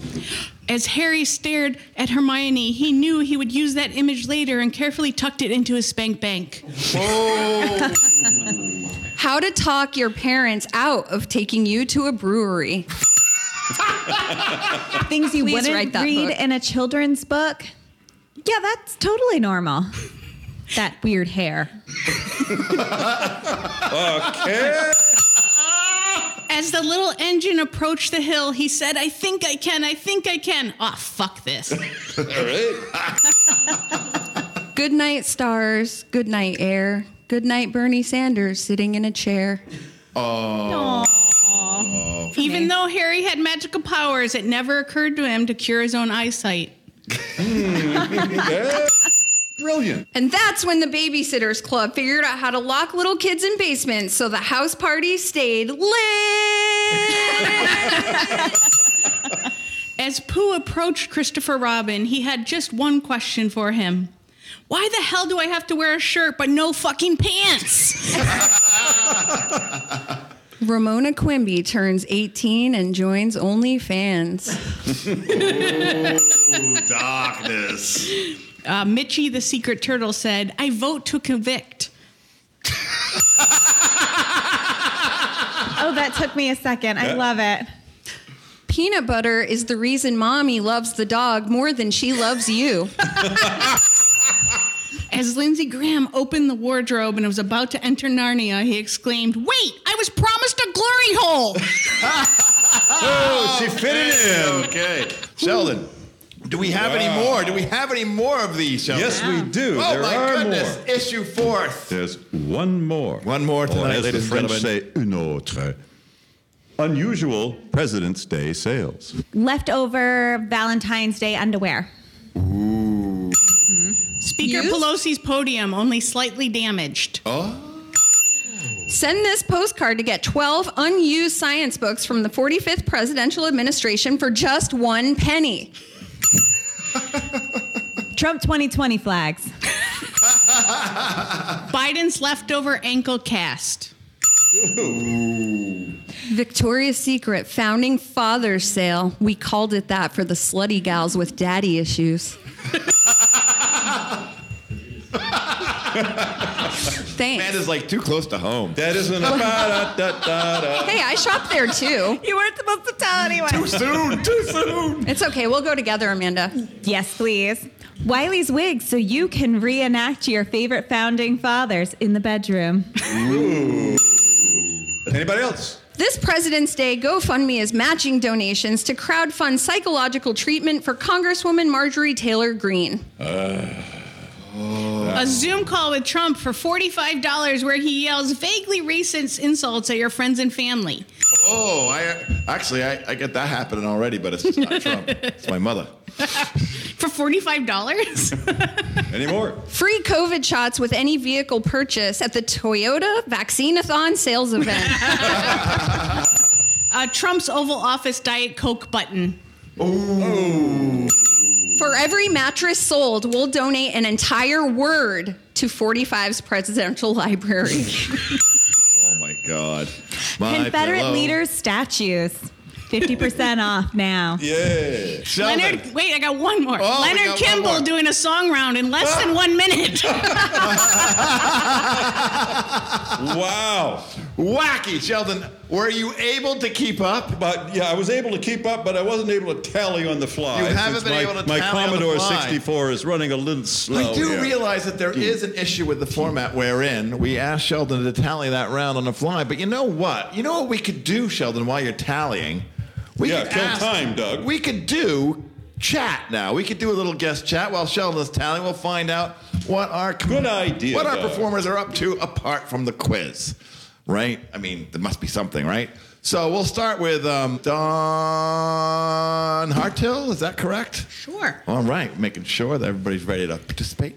C: As Harry stared at Hermione, he knew he would use that image later and carefully tucked it into his spank bank.
E: How to talk your parents out of taking you to a brewery.
D: Things you
E: Please write
D: wouldn't
E: that
D: read
E: book.
D: in a children's book. Yeah, that's totally normal. That weird hair.
A: Okay.
C: As the little engine approached the hill, he said, I think I can, I think I can. Oh, fuck this.
E: Good night, stars. Good night, air. Good night, Bernie Sanders sitting in a chair.
C: Even though Harry had magical powers, it never occurred to him to cure his own eyesight.
A: Brilliant.
E: And that's when the Babysitters Club figured out how to lock little kids in basements so the house party stayed lit.
C: As Pooh approached Christopher Robin, he had just one question for him. Why the hell do I have to wear a shirt but no fucking pants?
E: Ramona Quimby turns 18 and joins OnlyFans.
B: Darkness.
C: Uh, Mitchie the secret turtle said, I vote to convict.
D: Oh, that took me a second. I love it.
E: Peanut butter is the reason mommy loves the dog more than she loves you.
C: As Lindsey Graham opened the wardrobe and was about to enter Narnia, he exclaimed, Wait, I was promised a glory hole!
A: Oh, she fit it in.
B: Okay. Sheldon, Do we have any more? Do we have any more of these? Sheldon?
A: Yes, we do.
B: Oh
A: there
B: my
A: are
B: goodness!
A: more.
B: Issue fourth.
A: There's one more.
B: One more
A: or
B: tonight,
A: as
B: ladies and
A: the French
B: gentlemen.
A: say, une autre. Unusual President's Day sales.
D: Leftover Valentine's Day underwear.
C: Speaker
E: Used?
C: Pelosi's podium only slightly damaged.
E: Send this postcard to get 12 unused science books from the 45th presidential administration for just one penny.
D: Trump 2020 flags.
C: Biden's leftover ankle cast.
E: Victoria's Secret founding fathers sale. We called it that for the slutty gals with daddy issues. Thanks.
B: Man is like too close to home.
A: That isn't [LAUGHS] a da, da, da, da.
E: hey, I shop there too.
D: You weren't supposed to tell anyone.
B: soon. Too soon.
E: It's okay. We'll go together, Amanda.
D: yes, please. Wiley's wig, so you can reenact your favorite founding fathers in the bedroom.
B: Anybody else?
E: This President's Day, GoFundMe is matching donations to crowdfund psychological treatment for Congresswoman Marjorie Taylor Greene.
C: A Zoom call with Trump for $45 where he yells vaguely racist insults at your friends and family.
B: Oh, I actually I, I get that happening already, but it's just not Trump. It's my mother.
C: For
B: [LAUGHS]
C: $45?
A: Any more?
E: Free COVID shots with any vehicle purchase at the Toyota Vaccinathon sales event.
C: uh, Trump's Oval Office Diet Coke button.
E: For every mattress sold, we'll donate an entire word to 45's presidential [LAUGHS] library.
B: Oh my God. My
D: Confederate
B: pillow.
D: leaders' statues. 50% off now.
B: Yeah. Sheldon.
C: Leonard, wait, I got one more.
B: Oh, we
C: Leonard
B: got one
C: Kimball
B: more.
C: doing a song round in less
B: [LAUGHS]
C: than one minute.
A: Wow.
B: Wacky, Sheldon. Were you able to keep up?
A: But yeah, I was able to keep up, but I wasn't able to tally on the fly.
B: You haven't
A: since
B: been
A: my,
B: able to
A: My
B: tally on the
A: Commodore
B: fly.
A: 64 is running a little slow.
B: I do
A: here.
B: realize that there is an issue with the format we're in. We asked Sheldon to tally that round on the fly, but you know what? You know what we could do, Sheldon, while you're tallying? We
A: Yeah, kill time, Doug.
B: We could do chat now. We could do a little guest chat while Sheldon's tallying. We'll find out what our
A: Good idea,
B: what our
A: Doug.
B: performers are up to apart from the quiz, right? I mean, there must be something, right? So we'll start with um, Don Hartill. Is that correct?
C: sure.
B: All right, making sure that everybody's ready to participate.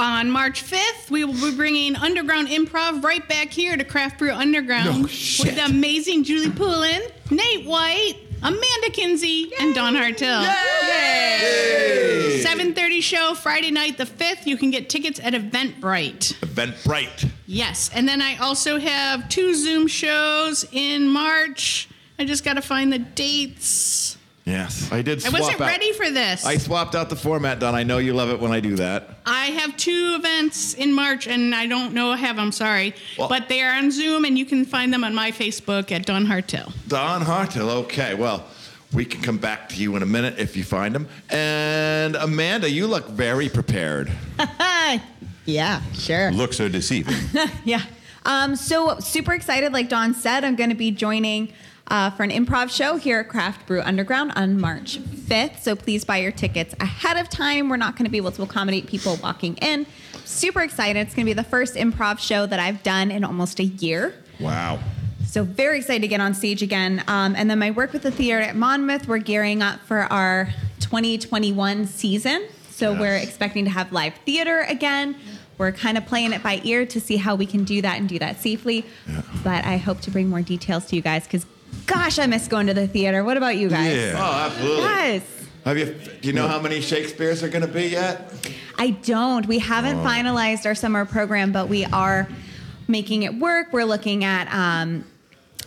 C: On March 5th, we will be bringing Underground Improv right back here to Craft Brew Underground
B: No shit.
C: with the amazing Julie Poulin, Nate White, Amanda Kinsey, and Don Hartel. 7:30 show Friday night the 5th. You can get tickets at Eventbrite.
B: Eventbrite.
C: Yes, and then I also have two Zoom shows in March. I just got to find the dates.
B: Yes, I did.
C: I
B: Swap
C: wasn't
B: out-
C: ready for this.
B: I swapped out the format, Don. I know you love it when I do that.
C: I have two events in March, and I don't know have. I'm sorry,
B: Well-
C: but they are on Zoom, and you can find them on my Facebook at Don Hartel.
B: Don Hartel. Okay, well, we can come back to you in a minute if you find him. And Amanda, you look very prepared.
D: [LAUGHS] yeah, sure.
A: Looks are deceiving.
D: [LAUGHS] Yeah. Um, so super excited. Like Dawn said, I'm going to be joining uh, for an improv show here at Craft Brew Underground on March 5th. So please buy your tickets ahead of time. We're not going to be able to accommodate people walking in. Super excited. It's going to be the first improv show that I've done in almost a year.
B: Wow.
D: So very excited to get on stage again. Um, and then my work with the theater at Monmouth, we're gearing up for our 2021 season. So we're expecting to have live theater again. We're kind of playing it by ear to see how we can do that and do that safely. But I hope to bring more details to you guys because, gosh, I miss going to the theater. What about you guys?
B: Oh, absolutely.
D: Yes.
B: Have you? Do you know how many Shakespeare's are going to be yet?
D: I don't. We
A: Oh.
D: haven't finalized our summer program, but we are making it work. We're looking at um,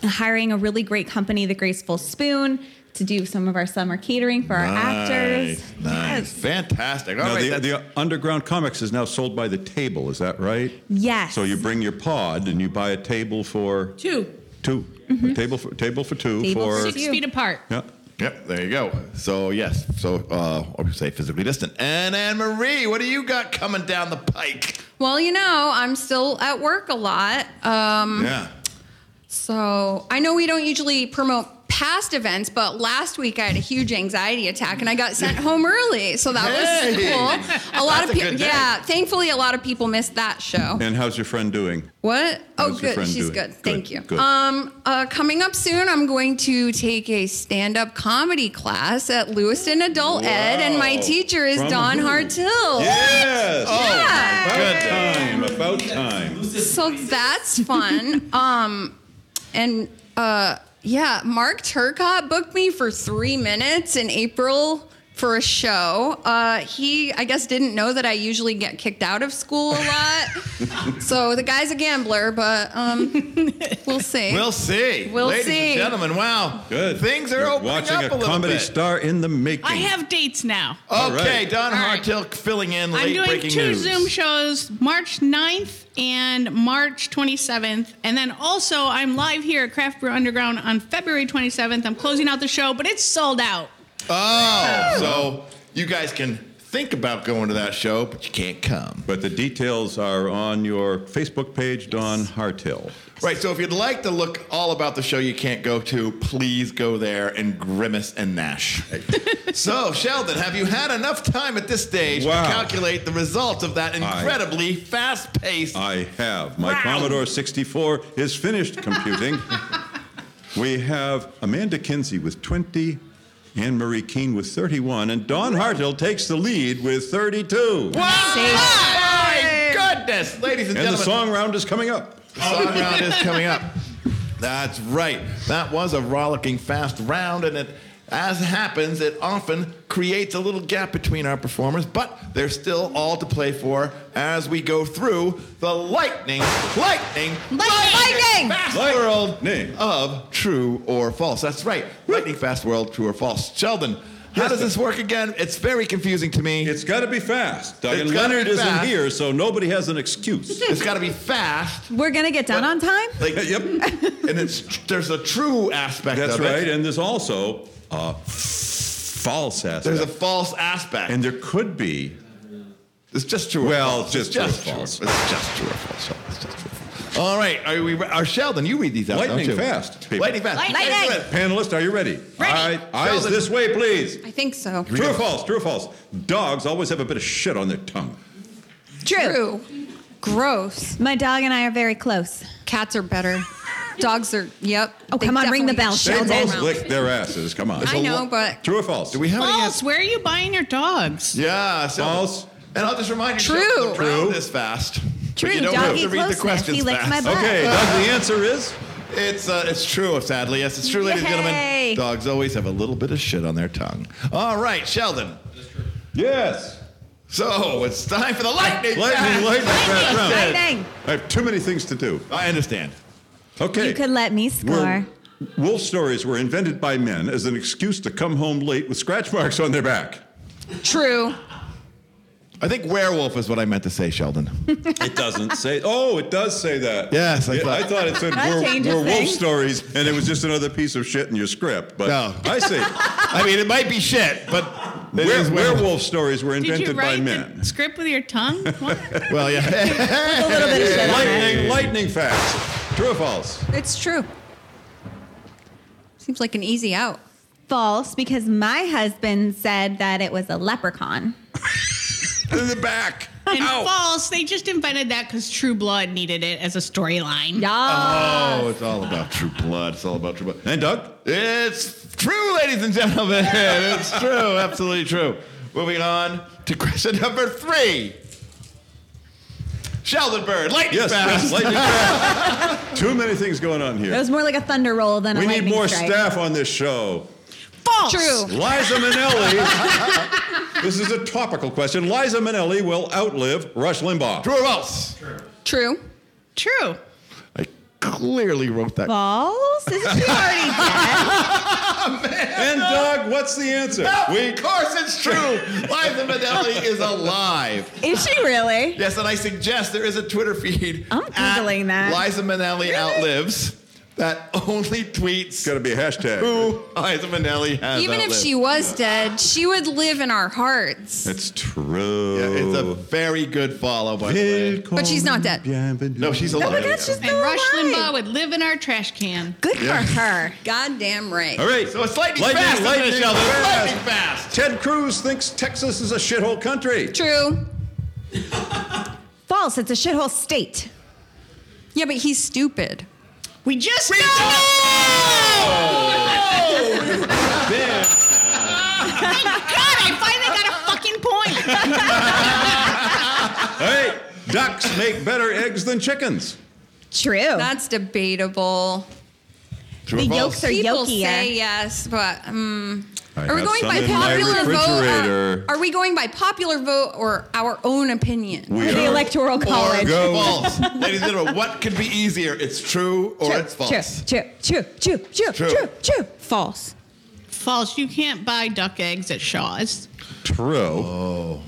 D: hiring a really great company, The Graceful Spoon, to do some of our summer catering for our actors.
B: Nice, nice,
D: Yes.
B: fantastic. All
A: Now,
B: right,
A: the,
B: that's-
A: the Underground Comics is now sold by the table, is that right?
D: Yes.
A: So you bring your pod and you buy a table for
C: Two,
A: 2
B: Mm-hmm.
A: A table for table for two
D: Table
A: for
D: for
C: six
D: Two.
C: feet apart.
A: yeah.
B: Yep, there you go. So yes, so uh, I would say physically distant. And Anne Marie, what do you got coming down the pike?
E: Well, you know, I'm still at work a lot. Um,
B: Yeah.
E: so I know we don't usually promote past events, but last week I had a huge anxiety attack and I got sent home early. So that was
B: Hey!
E: cool. A lot
B: That's a
E: of people,
B: good day.
E: yeah. Thankfully, a lot of people missed that show.
A: And how's your friend doing?
E: What? Oh,
A: How's your
E: good.
A: friend
E: She's
A: doing?
E: good.
A: Good,
E: Thank you.
A: good.
E: Um, uh, coming up soon, I'm going to take a stand-up comedy class at Lewiston Adult Ed, and my
A: Wow.
E: teacher is
A: From
E: Don
A: who? Oh.
E: Hartill.
A: Yes.
E: Yeah.
A: About time. About time.
E: So that's fun. um, and uh, yeah, Mark Turcott booked me for three minutes in April for a show. Uh, he, I guess, didn't know that I usually get kicked out of school a lot. so the guy's a gambler, but um, we'll
B: [LAUGHS]
E: see.
B: We'll see.
E: We'll
B: Ladies
E: see.
B: and gentlemen, wow.
A: Good.
B: Things are
A: You're
B: opening
A: watching
B: up a,
A: a,
B: little
A: comedy
B: bit.
A: star in the making.
C: I have dates now.
A: All
B: Okay,
A: right.
B: Don
C: All right.
B: Hartill filling in Oh, late
C: I'm doing
B: breaking
C: two
B: news.
C: Zoom shows, March 9th and March 27th. And then also, I'm live here at Craft Brew Underground on February 27th. I'm closing out the show, but it's sold out.
B: Oh, so you guys can think about going to that show, but you can't come.
A: But the details are on your Facebook page, Don Hartill.
B: Right, so if you'd like to look all about the show you can't go to, please go there and grimace and
A: [LAUGHS]
B: gnash. so, Sheldon, have you had enough time at this stage
A: Wow.
B: to calculate the results of that incredibly fast paced?
A: I have. My
B: Wow.
A: Commodore 64 is finished
C: [LAUGHS]
A: computing. we have Amanda Kinsey with 20, Anne Marie Keene with 31, and Don Hartill takes the lead with 32.
B: my goodness, ladies and,
A: And the
B: gentlemen.
A: song round is coming up.
B: The
A: [LAUGHS]
B: song round is coming up. That's right. That was a rollicking fast round, and it, as happens, it often creates a little gap between our performers, but they're still all to play for as we go through the lightning, lightning,
E: Lightning!
B: fast
A: Lightning.
B: world of true or false. That's right. Lightning fast world, true or false. Sheldon, how
A: Yes,
B: does
A: sir.
B: this work again? It's very confusing to me.
A: It's got to be fast. Doug
B: It's
A: and
B: gotta be
A: Leonard isn't
B: fast.
A: here, so nobody has an excuse.
B: it's got to be fast.
D: We're gonna get done on time.
B: Like,
A: yep.
B: and it's there's a true aspect
A: That's
B: of it.
A: right. And there's also a false aspect.
B: There's a false aspect.
A: and there could be.
B: It's just true. or
A: Well,
B: false.
A: just
B: It's
A: true or
B: true.
A: false.
B: It's just true or false. Sheldon. It's just true or false. All right, are we? Are Sheldon? You read these out,
A: Lightning
B: don't you?
A: fast, people.
B: Lightning fast.
E: Lightning.
B: Let's do it.
A: Panelists, are you ready?
E: Ready.
A: All right. Eyes
B: Sheldon.
A: this way, please.
E: I think so.
A: True or false? True or false? Dogs always have a bit of shit on their tongue.
D: True.
E: True. Gross.
D: My dog and I are very close.
E: Cats are better. Dogs are. Yep.
D: Oh, come on, ring the bell,
A: They
D: Sheldon.
E: definitely get
A: both
E: shelled around.
A: lick their asses. Come on.
E: I know, but
A: True or false?
B: Do we have any?
C: False, where are you buying your dogs?
B: Yeah. Sheldon.
A: False.
B: And I'll just remind you.
E: True.
B: Sheldon, the round
A: True.
B: is fast. But
D: True,
B: you don't have
D: doggy
B: to read the
D: closeness.
B: questions
D: He licked
B: fast.
D: my butt.
A: Okay, Doug, the answer is
B: It's uh, it's true, sadly. Yes, it's true, ladies and
D: Yay.
B: gentlemen. Dogs always have a little bit of shit on their tongue. All right, Sheldon.
A: yes.
B: So it's time for the [LAUGHS] lightning.
A: Lightning,
B: fast.
A: lightning, fast round.
D: Lightning.
A: I have too many things to do.
B: I understand.
A: Okay.
D: You could let me score.
A: [LAUGHS] Were- wolf stories were invented by men as an excuse to come home late with scratch marks on their back.
E: true.
B: I think werewolf is what I meant to say, Sheldon.
A: It doesn't say. Oh, it does say that.
B: Yes, I
A: Yeah,
B: thought-
A: I thought it said
D: That
A: we're,
D: changes
A: we're wolf
D: things.
A: stories, and it was just another piece of shit in your script. But
B: No.
A: I say
B: I mean, [LAUGHS] it might be shit, but it
A: were,
B: is
A: werewolf stories were
C: Did you
A: invented by
C: write
A: men.
C: the script with your tongue? What?
B: Well, yeah.
D: A
B: [LAUGHS]
D: little bit of shit on her.
A: Lightning, lightning fast. True or false?
E: It's true. Seems like an easy out.
D: False, because my husband said that it was a
A: [LAUGHS]
D: leprechaun.
A: In the back.
C: and
A: Ow.
C: false, they just invented that because True Blood needed it as a storyline.
D: Y'all.
B: oh, it's all about True Blood. It's all about True Blood.
A: And Doug,
B: It's true, ladies and gentlemen. It's true, absolutely true. Moving on to question number three. Sheldon Bird, lightning
A: yes,
B: fast.
A: yes,
D: [LAUGHS]
A: lightning fast. Too many things going on
D: It
A: here.
D: was more like a thunder roll than
A: We
D: a
A: need
D: lightning
A: more
D: strike.
A: staff on this show.
C: False.
E: True.
A: Liza Minnelli.
D: [LAUGHS]
A: this is a topical question. Liza Minnelli will outlive Rush Limbaugh.
B: True or false?
E: True.
C: True.
B: I clearly wrote that.
D: False? [LAUGHS] Isn't
A: [LAUGHS]
D: she already dead?
A: And Doug, what's the answer?
B: Of course it's true. Liza Minnelli is alive.
D: Is
A: [LAUGHS]
D: she really?
B: Yes, and I suggest there is a Twitter feed.
D: I'm
B: at
D: Googling that.
B: Liza Minnelli outlives. that only tweets
A: Got to be a hashtag. right?
B: who Liza Minnelli has.
E: Even if
B: outlived.
E: she was dead, she would live in our hearts.
A: That's true.
B: Yeah, it's a very good follow, by the way.
E: But she's not dead.
A: Bienvenue.
B: No, she's
D: Oh
B: alive.
D: my God, she's
C: And
D: still
C: Rush
D: alive.
C: Limbaugh would live in our trash can.
D: Good for her.
E: Goddamn right.
A: All right,
B: So it's lightning,
A: lightning
B: fast,
A: Lightning,
B: lightning, lightning
A: fast.
B: fast.
A: Ted Cruz thinks Texas is a shithole country.
E: True.
D: False. It's a shithole state.
E: Yeah, but he's stupid.
C: We just know.
B: Bam.
C: Thank God, I finally got a fucking point.
A: All right, ducks make better eggs than chickens.
D: True.
E: That's debatable.
B: True
D: The
B: or
D: yolks
B: false?
D: are- yolkier.
E: People say yes, but um,
A: I
E: are we
A: have
E: going
A: some
E: by
A: in my
E: popular
A: refrigerator.
E: vote? Or, are we going by popular vote or our own opinion?
A: We
D: the
A: are-
D: electoral
B: or
D: college.
A: Go.
B: false. Ladies and gentlemen, what could be easier? It's true or
D: True,
B: it's false.
D: True, true, true, true,
B: True.
D: true, true, true. False.
C: False. You can't buy duck eggs at Shaw's.
A: True. Oh.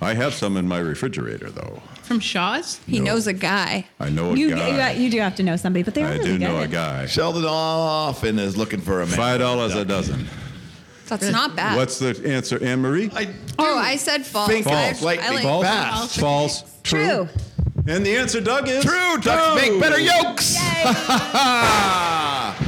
A: I have some in my refrigerator, though.
C: From Shaw's?
E: he knows a guy.
A: I know a
D: You,
A: guy.
D: you got- you do have to know somebody, but they're
A: Oh I
D: really
A: do
D: good.
A: know a guy.
B: Sheldon often is looking for a man.
A: Five dollars a dozen.
E: That's not bad.
A: What's the answer, Anne Marie?
B: I do
E: oh, I said false.
B: think
E: I-
B: it's lightning
E: I like-
B: false.
A: False.
B: fast.
A: False.
D: True.
A: And the answer, Doug, is
B: True, ducks make better yolks.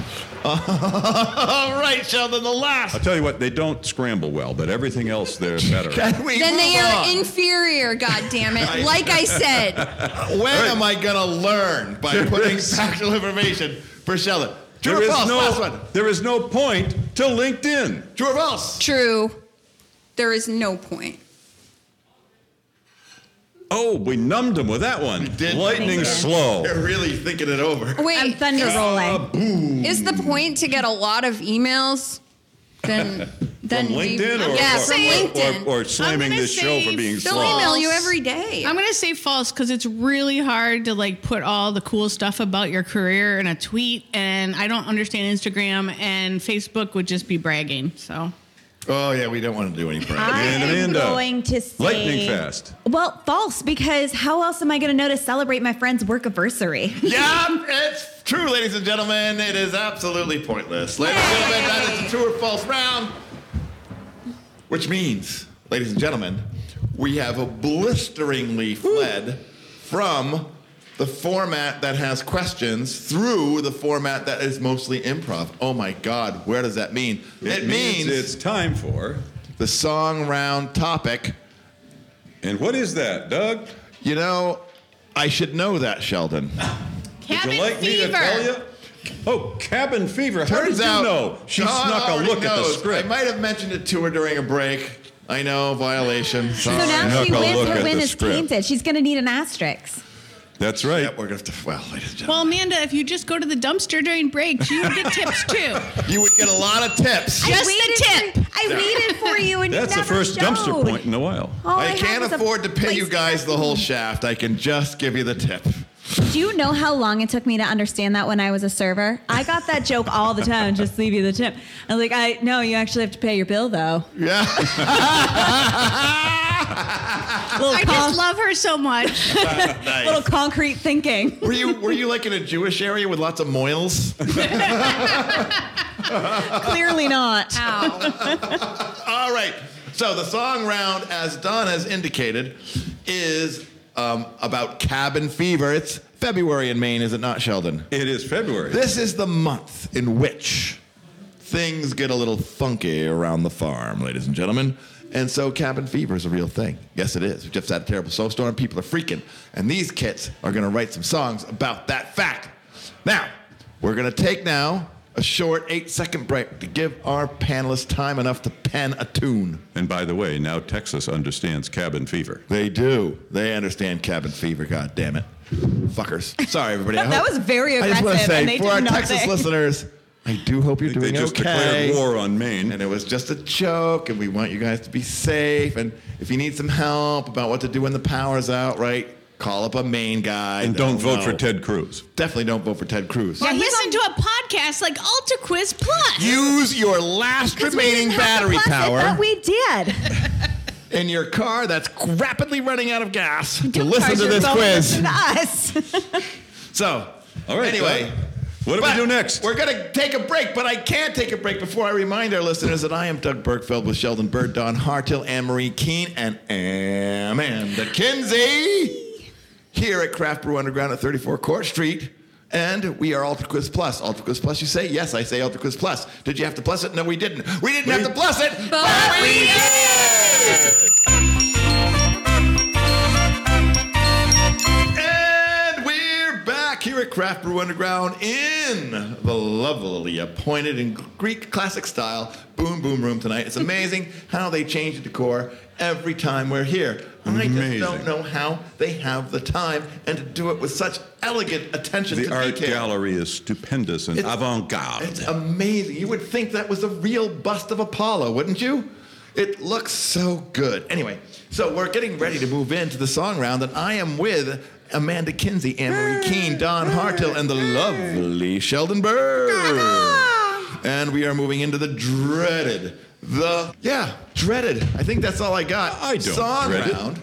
B: [LAUGHS] All right, Sheldon, the
A: I'll
B: last.
A: tell you what, they don't scramble well, but everything else they're better. at.
B: Can we
E: Then
B: move
E: they are
B: on?
E: inferior, God damn it! Like I said,
B: When am I gonna learn by putting factual information for Sheldon? True
A: There
B: or
A: is
B: false?
A: no,
B: Last one.
A: There is no point to LinkedIn.
B: True or false?
E: true. There is no point.
A: Oh, we numbed him with that one.
B: did.
A: Lightning
D: Thank you.
A: slow.
B: They're really thinking it over.
E: Wait,
D: I'm thunder
E: is-
D: rolling.
E: Is the point to get a lot of emails? Then, then
A: From
E: we-
A: LinkedIn or,
E: yeah,
A: or,
E: from LinkedIn.
A: or, or slamming
C: gonna
A: this show
C: say
A: for being
C: Phil
E: They'll
A: slow.
E: email you every day.
C: I'm gonna say false because it's really hard to like put all the cool stuff about your career in a tweet, and I don't understand Instagram and Facebook would just be bragging. So
B: Oh yeah, we don't want to do any pranks.
D: I
A: And
D: am
A: Amanda.
D: going to say
A: Lightning fast.
D: Well, false because how else am I going to know to celebrate my friend's work anniversary?
B: yeah, it's true, ladies and gentlemen. It is absolutely pointless. Ladies and gentlemen, that is a true or false round. Which means, ladies and gentlemen, we have blisteringly fled from the format that has questions through the format that is mostly improv. Oh my God, where does that mean? It, means,
A: it's time for.
B: the song round topic.
A: And what is that, Doug?
B: You know, I should know that, Sheldon.
C: cabin
A: Would you like
C: fever.
A: me to tell you? Oh, cabin fever. How did
B: Turns
A: you
B: out,
A: know? She
B: Dawn
A: snuck a
B: already
A: look at the
B: knows.
A: script.
B: I might have mentioned it to her during a break. I know, violation.
D: So
B: Sorry.
D: now
A: Snuck
D: she
A: a look
D: wins.
A: at
D: Her win
A: the
D: is
A: script.
D: tainted. She's going to need an asterisk.
A: That's right.
B: Yep, we're gonna have to. Well, ladies and
C: Well,
B: gentlemen,
C: Amanda, if you just go to the dumpster during breaks, you would get tips
A: [LAUGHS]
C: too.
B: you would get a lot of tips.
D: I
C: Just the
D: waited
C: tip.
D: For, I waited for you, and
A: That's
D: you
A: the
D: never
A: first
D: showed.
A: dumpster point in a while.
D: All
B: I
D: had
B: can't
D: was a
B: afford to pay you
D: place-
B: guys the whole shaft. I can just give you the tip.
D: Do you know how long it took me to understand that when I was a server? I got that joke all the time. Just leave you the tip. I was like, I no, you actually have to pay your bill though.
B: Yeah.
D: [LAUGHS] Little,
C: I
D: con-
C: just love her
A: [LAUGHS]
C: so much.
D: little concrete thinking.
B: were you were you like in a Jewish area with lots
A: [LAUGHS]
B: of moils?
D: Clearly not.
E: Ow.
B: All right. So the song round, as Don has indicated, is um, about cabin fever. It's February in Maine, is it not, Sheldon?
A: It is February.
B: This is the month in which things get a little funky around the farm, ladies and gentlemen. And so cabin fever is a real thing. Yes, it is. We just had a terrible snowstorm. People are freaking. And these kids are going to write some songs about that fact. Now, we're going to take now a short eight second break to give our panelists time enough to pen a tune.
A: And by the way, now Texas understands cabin fever.
B: They do. They understand cabin fever. God damn it, fuckers. Sorry, everybody. I
D: That
B: hope-
D: was very
B: I just want to
D: aggressive,
B: say
D: and they
B: for
D: did
B: our
D: nothing.
B: Texas listeners, I do hope you're
A: I think
B: doing
A: they just
B: okay.
A: declared war on Maine.
B: And it was just a joke, and we want you guys to be safe. And if you need some help about what to do when the power's out, right? Call up a Maine guy.
A: And don't
B: They'll
A: vote for
B: know.
A: Ted Cruz.
B: Definitely don't vote for Ted Cruz.
C: I listen to a podcast like Alta Quiz Plus.
B: Use your last
D: 'Cause we
B: remaining
D: didn't have
B: battery
D: the plus, I
B: power
D: thought we did.
B: in your car that's rapidly running out of gas to
D: Don't
B: listen
D: charge
B: to
D: your
B: this
D: phone,
B: quiz.
D: listen to us.
B: So,
A: All right,
B: anyway,
A: Doug. What do we
B: But
A: do next?
B: We're going to take a break, but I can't take a break before I remind our listeners that I am Doug Bergfeld with Sheldon Bird, Don Hartill, Anne Marie Keene, and Amanda Kinsey here at Craft Brew Underground at 34 Court Street. And we are Ultra Quiz Plus. Ultra Quiz Plus, you say? Yes, I say Ultra Quiz Plus. Did you have to plus it? No, we didn't. We didn't have to plus it, but, we did! And we're back here at Craft Brew Underground in the lovely appointed in Greek classic style boom boom room tonight. It's
A: [LAUGHS]
B: amazing how they change the decor every time we're here. I just don't
A: Amazing.
B: know how they have the time and to do it with such elegant attention
A: The
B: to
A: art
B: detail.
A: gallery is stupendous and
B: It's-
A: avant garde.
B: It's amazing. You would think that was a real bust of Apollo, wouldn't you? It looks so good. Anyway, so we're getting ready to move into the song round, and I am with Amanda Kinsey, Anne Marie Keene, Don Hartill, and the lovely Sheldon Burr. And we are moving into the dreaded, the, yeah, dreaded. I think that's all I got.
A: I don't
B: Song
A: dread it.
B: round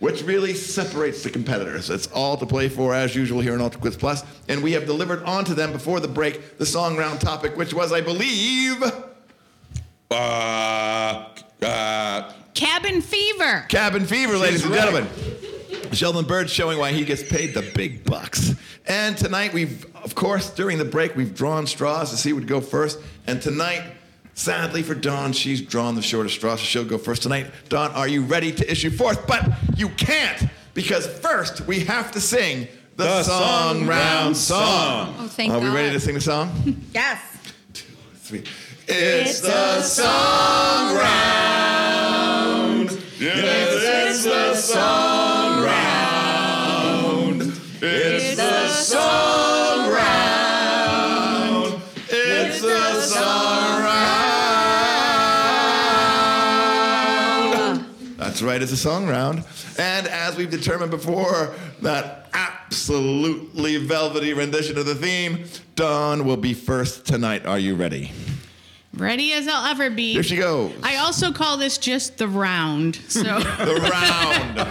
B: which really separates the competitors. It's all to play for as usual here in Ultra Quiz Plus, and we have delivered onto them before the break the song round topic, which was, I believe,
A: Uh, uh,
C: Cabin fever.
B: cabin fever, ladies and
A: right.
B: gentlemen. Sheldon Bird showing why he gets paid the big bucks. And tonight we've, of course, during the break we've drawn straws to see who would go first. And tonight, sadly for Dawn, she's drawn the shortest straw, so she'll go first tonight. Dawn, are you ready to issue forth? But you can't because first we have to sing the,
A: The
B: song,
A: Song
B: round
A: Round
B: song.
E: Oh, thank
B: Are we
E: God.
B: ready to sing the song?
D: Yes.
B: Three. It's the song round. Yes, it's the song round. It's the song round. It's the song round. That's right, it's a song round. And as we've determined before, that absolutely velvety rendition of the theme, Dawn will be first tonight. Are you ready?
C: Ready as I'll ever be.
B: Here she goes.
C: I also call this just the round.
A: [LAUGHS]
C: So,
B: the round.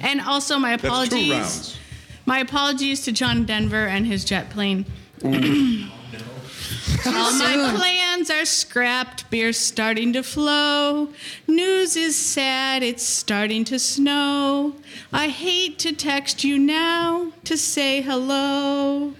C: and also my
A: that's
C: apologies.
A: two rounds.
C: My apologies to John Denver and his jet plane. All my plans are scrapped, beer's starting to flow. News is sad, it's starting to snow. I hate to text you now to say hello.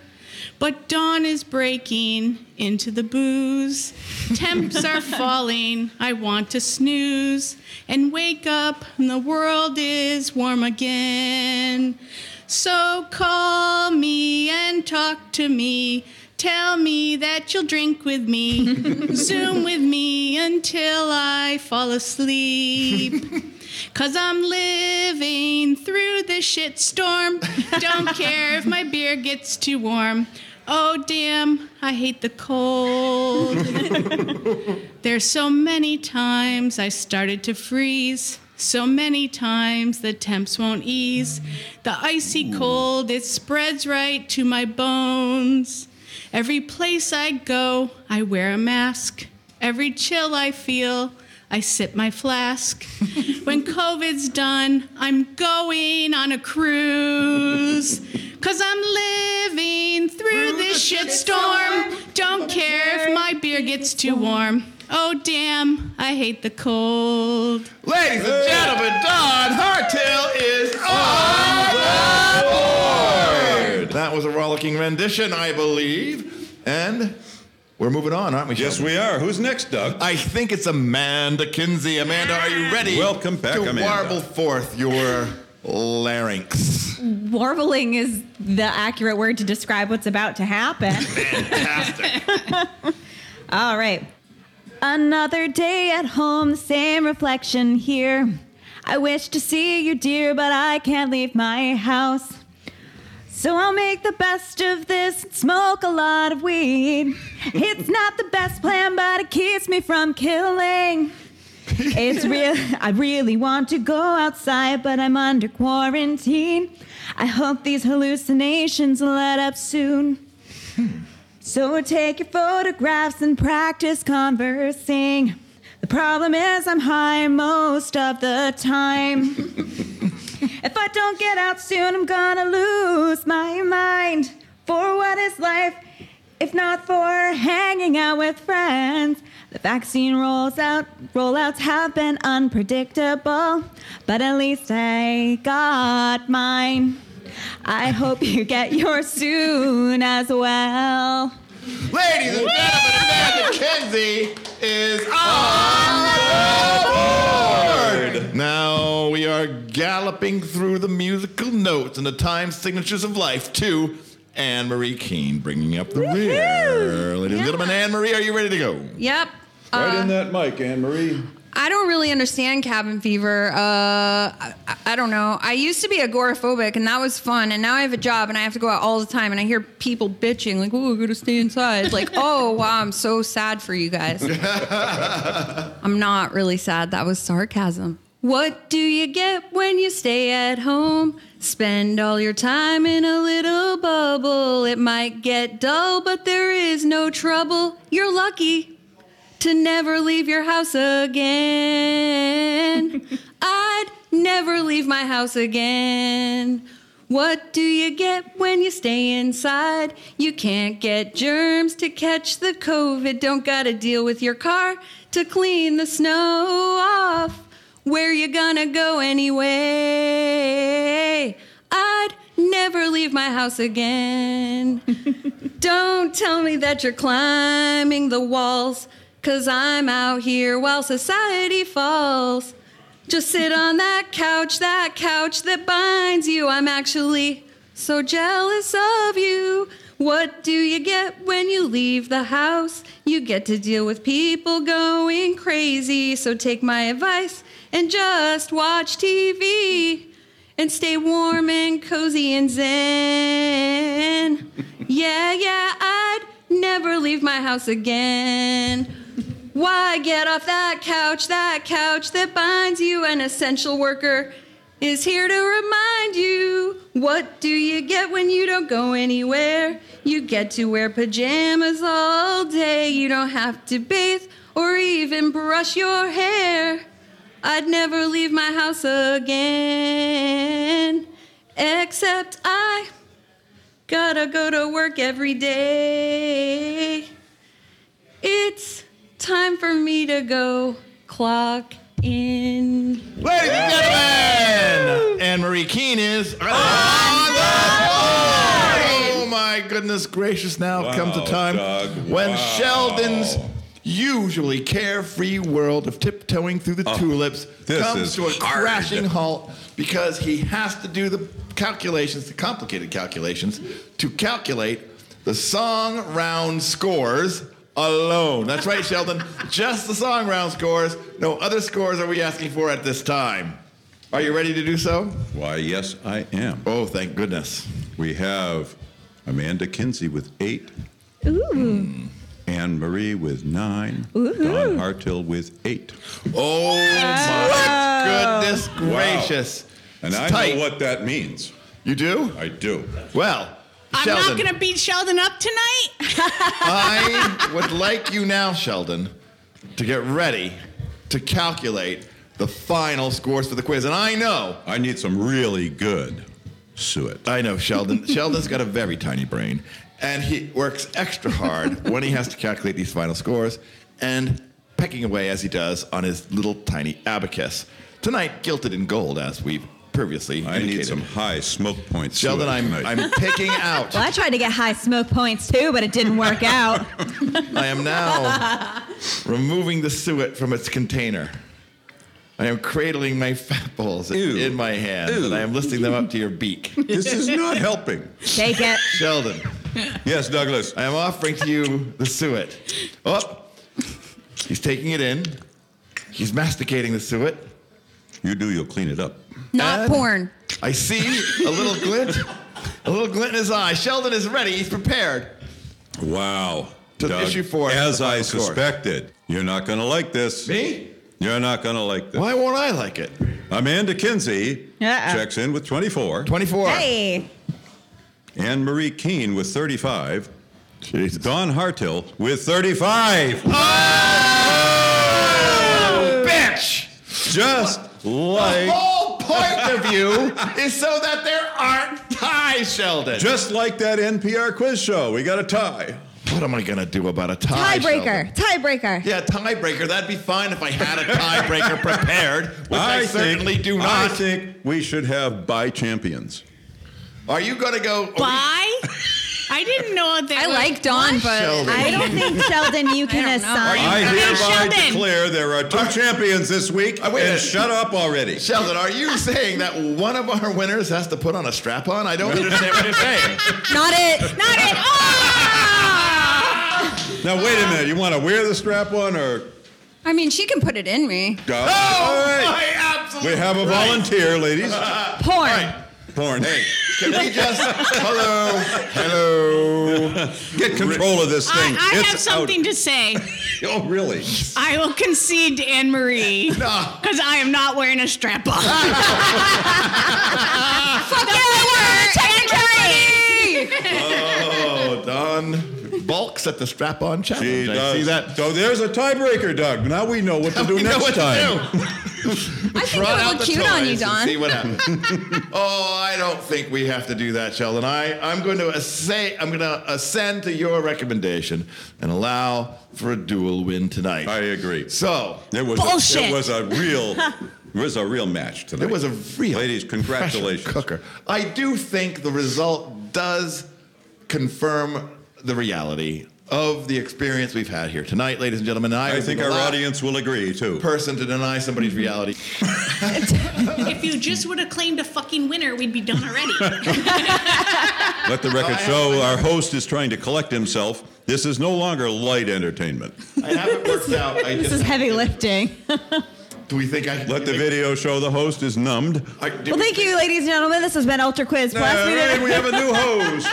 C: But dawn is breaking into the booze. Temps are falling, I want to snooze and wake up, and the world is warm again. So call me and talk to me. Tell me that you'll drink with me, Zoom with me until I fall asleep. Cause I'm living through the shit storm. Don't care if my beer gets too warm. Oh damn, I hate the cold. There's so many times I started to freeze. So many times the temps won't ease. The icy cold, it spreads right to my bones. Every place I go, I wear a mask. Every chill I feel, I sip my [LAUGHS] flask. when COVID's done, I'm going on a cruise. Cause I'm living through this shit storm. Don't care if my beer gets too warm. Oh, damn, I hate the cold.
B: Ladies and gentlemen, Don Hartill is on the board. That was a rollicking rendition, I believe. And we're moving on, aren't we?
A: Yes,
B: Sheldon?
A: we are. Who's next, Doug?
B: I think it's Amanda Kinsey. Amanda, are you ready?
A: Welcome back,
B: to
A: Amanda.
B: warble forth your larynx.
D: Warbling is the accurate word to describe what's about to happen.
B: Fantastic.
D: [LAUGHS] All right. Another day at home, the same reflection here. I wish to see you, dear, but I can't leave my house. So I'll make the best of this and smoke a lot of weed. It's not the best plan, but it keeps me from killing. It's real. I really want to go outside, but I'm under quarantine. I hope these hallucinations let up soon. So take your photographs and practice conversing. The problem is, I'm high most of the time. if I don't get out soon, I'm gonna lose my mind. For what is life if not for hanging out with friends? The vaccine rolls out, rollouts have been unpredictable, but at least I got mine. I hope you get yours soon as well.
B: Ladies and gentlemen, Amanda Kinsey is on the board. Now we are galloping through the musical notes and the time signatures of life to Anne Marie Keene, bringing up the rear. Ladies and gentlemen, Anne Marie, are you ready to go?
E: Yep.
A: Right in that mic, Anne Marie.
E: I don't really understand cabin fever. Uh, I, I don't know. I used to be agoraphobic, and that was fun. And now I have a job, and I have to go out all the time. And I hear people bitching, like, "Oh, I gotta stay inside." Like, "Oh, wow, I'm so sad for you guys." I'm not really sad. That was sarcasm. What do you get when you stay at home? Spend all your time in a little bubble. It might get dull, but there is no trouble. You're lucky to never leave your house again. I'd never leave my house again. What do you get when you stay inside? You can't get germs to catch the COVID. Don't gotta deal with your car to clean the snow off. Where you gonna go anyway? I'd never leave my house again. Don't tell me that you're climbing the walls, cause I'm out here while society falls. Just sit on that couch, that couch that binds you. I'm actually so jealous of you. What do you get when you leave the house? You get to deal with people going crazy. So take my advice and just watch TV and stay warm and cozy and zen. Yeah, yeah, I'd never leave my house again. Why get off that couch, that couch that binds you? An essential worker is here to remind you. What do you get when you don't go anywhere? You get to wear pajamas all day. You don't have to bathe or even brush your hair. I'd never leave my house again. Except I gotta go to work every day. It's time for me to go clock in.
B: Ladies and gentlemen, Anne Marie Keene is on the board. Oh my goodness gracious! Now
A: Wow,
B: comes the time
A: Doug,
B: when
A: wow.
B: Sheldon's usually carefree world of tiptoeing through
A: Oh.
B: the tulips
A: this
B: comes
A: is
B: to a
A: hard.
B: crashing halt because he has to do the calculations, the complicated calculations, to calculate the song round scores alone. That's right, Sheldon. Just the song round scores. No other scores are we asking for at this time. Are you ready to do so?
A: Why, yes, I am.
B: Oh, thank goodness.
A: We have Amanda Kinsey with eight,
D: Ooh.
A: Anne Marie with nine, Don Hartill with eight.
B: Oh my goodness gracious.
A: And
B: It's
A: I
B: tight.
A: know what that means.
B: you do.
A: I do.
B: Well,
C: I'm
B: Sheldon,
C: not going to beat Sheldon
A: [LAUGHS]
C: up tonight.
B: I would like you now, Sheldon, to get ready to calculate the final scores for the quiz. And I know,
A: I need some really good suet.
B: I
A: [LAUGHS]
B: know, Sheldon. Sheldon's got a very tiny brain, and he works extra hard when he has to calculate these final scores and pecking away as he does on his little tiny abacus. Tonight, gilded in gold, as we've previously
A: I need
B: indicated.
A: some high smoke points.
B: Sheldon, I'm, I'm picking out.
D: Well, I tried to get high smoke points too, but it didn't work [LAUGHS] out.
B: I am now
E: [LAUGHS]
B: removing the suet from its container. I am cradling my fat balls
A: Ew.
B: in my hand,
A: Ew.
B: and I am lifting them up to your beak.
A: [LAUGHS] [LAUGHS] this is not helping.
D: Take it.
B: Sheldon,
A: Yes, Douglas.
B: I am offering to you the suet. Oh, he's taking it in. He's masticating the suet.
A: You do, you'll clean it up.
E: Not
B: Ed?
E: porn.
B: I see a little glint, a little glint in his eye. Sheldon is ready. He's prepared.
A: Wow.
B: To
A: Doug,
B: issue four,
A: As
B: the final
A: I
B: score.
A: suspected, you're not going to like this.
B: Me?
A: You're not going to like this.
B: Why won't I like it?
A: Amanda Kinsey
D: Uh-oh.
A: checks in with 24.
B: 24.
D: Hey.
A: Anne Marie Keene with 35. Don Hartill with 35.
B: Oh, bitch!
A: Just
B: The
A: like
B: whole point of you is so that there aren't tie, Sheldon.
A: Just like that NPR quiz show, we got a tie.
B: what am I gonna do about a tie? Sheldon?
D: Tiebreaker. Tiebreaker.
B: Yeah, tiebreaker. That'd be fine if I
A: [LAUGHS]
B: had a tiebreaker prepared, which I,
A: think-
B: certainly do
A: I
B: not.
A: think we should have by champions.
B: Are you going to go? oh, are we-
C: Bye. I didn't know [LAUGHS] what they
E: I
C: were.
E: like Dawn, but
B: Sheldon.
D: [LAUGHS] I don't think Sheldon, you can
E: don't know. Are
D: assign.
E: you-
A: I
C: Hey,
A: hereby
C: Sheldon.
A: declare there are two champions this week.
B: Uh, wait
A: and
B: a minute.
A: shut up already.
B: Sheldon, are you saying that one of our winners has to put on a strap on?
A: [LAUGHS]
B: I don't understand what you're saying.
E: not it.
D: Not at
C: Ah!
D: all.
A: Now wait a minute. You want to wear the strap on or
E: I mean, she can put it in me.
A: go?
B: Oh,
A: All right.
B: my absolute
A: We have a
B: right.
A: volunteer,
B: [LAUGHS]
A: ladies.
E: Porn.
A: Porn. Hey,
B: Can we just. Hello. [LAUGHS] Hello.
A: get control of this thing.
C: I, I
A: It's
C: have something to say.
A: out. [LAUGHS] Oh, really?
C: I will concede to Anne Marie
A: [LAUGHS]
C: because I am not wearing a strap on.
E: Fuck yeah, we're
B: Oh, Don bulks at the strap on challenge.
A: She
B: I
A: does.
B: see that.
A: So there's a tiebreaker, Doug. Now we know what to do
B: We know
A: next
B: what to
A: time.
B: do.
E: I think
B: Trot
E: it'll
B: out
E: look
B: the
E: cute on you,
B: toys and
E: Don.
D: [LAUGHS]
B: See what happens. oh, I don't think we have to do that, Sheldon. I, I'm going to say I'm going to ascend to your recommendation and allow for a dual win tonight.
A: I agree.
B: So
A: It was A,
D: Bullshit.
A: it was a real it was a real match tonight.
B: it was a real
A: Ladies, congratulations.
B: pressure cooker. I do think the result does confirm the reality of the experience we've had here tonight, ladies and gentlemen. And I,
A: I
B: would be
A: think
B: the
A: our
B: last
A: audience will agree too.
B: person to deny somebody's reality.
C: if you just would have claimed a fucking winner, we'd be done already.
A: Let the record show our host is trying to collect himself. This is no longer light entertainment.
B: I haven't worked out.
D: [LAUGHS]
B: I
D: This is
B: just,
D: heavy lifting.
B: do we think I can
A: Let the
B: do
A: video show the host is numbed.
B: I, do
D: Well,
B: we
D: thank you, ladies and gentlemen. This has been Ultra Quiz Plus.
A: All
D: we did
A: right,
D: it.
A: we have a new host.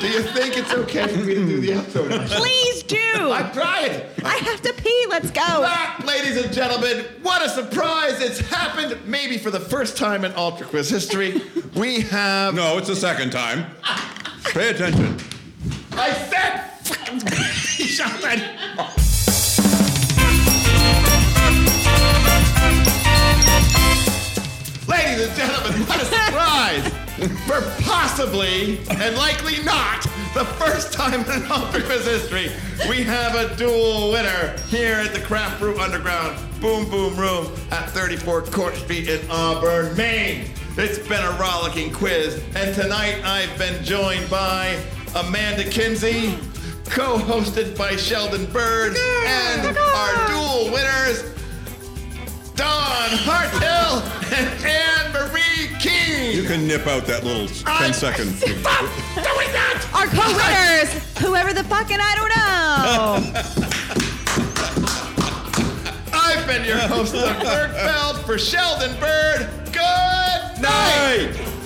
B: Do you think it's okay for me to do the outro?
D: Please do.
B: [LAUGHS] I'm trying.
D: I have to pee. Let's [LAUGHS] go.
B: Back, ladies and gentlemen, what a surprise! It's happened maybe for the first time in Ultra Quiz history. We have.
A: No, it's the second time. Pay attention.
B: I said. [LAUGHS] fucking- Sheldon. Ladies and gentlemen, what a surprise! For possibly, and likely not, the first time in Ultra Quiz history, we have a dual winner here at the Craft Brew Underground Boom Boom Room at 34 Court Street in Auburn, Maine. It's been a rollicking quiz, and tonight I've been joined by Amanda Kinsey, co-hosted by Sheldon Bird, and our dual winners, Don Hartell and Anne Marie
A: You
B: Keene.
A: can nip out that little
B: I-
A: 10 second.
B: Stop doing that!
D: Our co-winners, whoever the fucking I don't know.
B: I've been your host, Doug Bergfeld, for Sheldon Bird. Good night.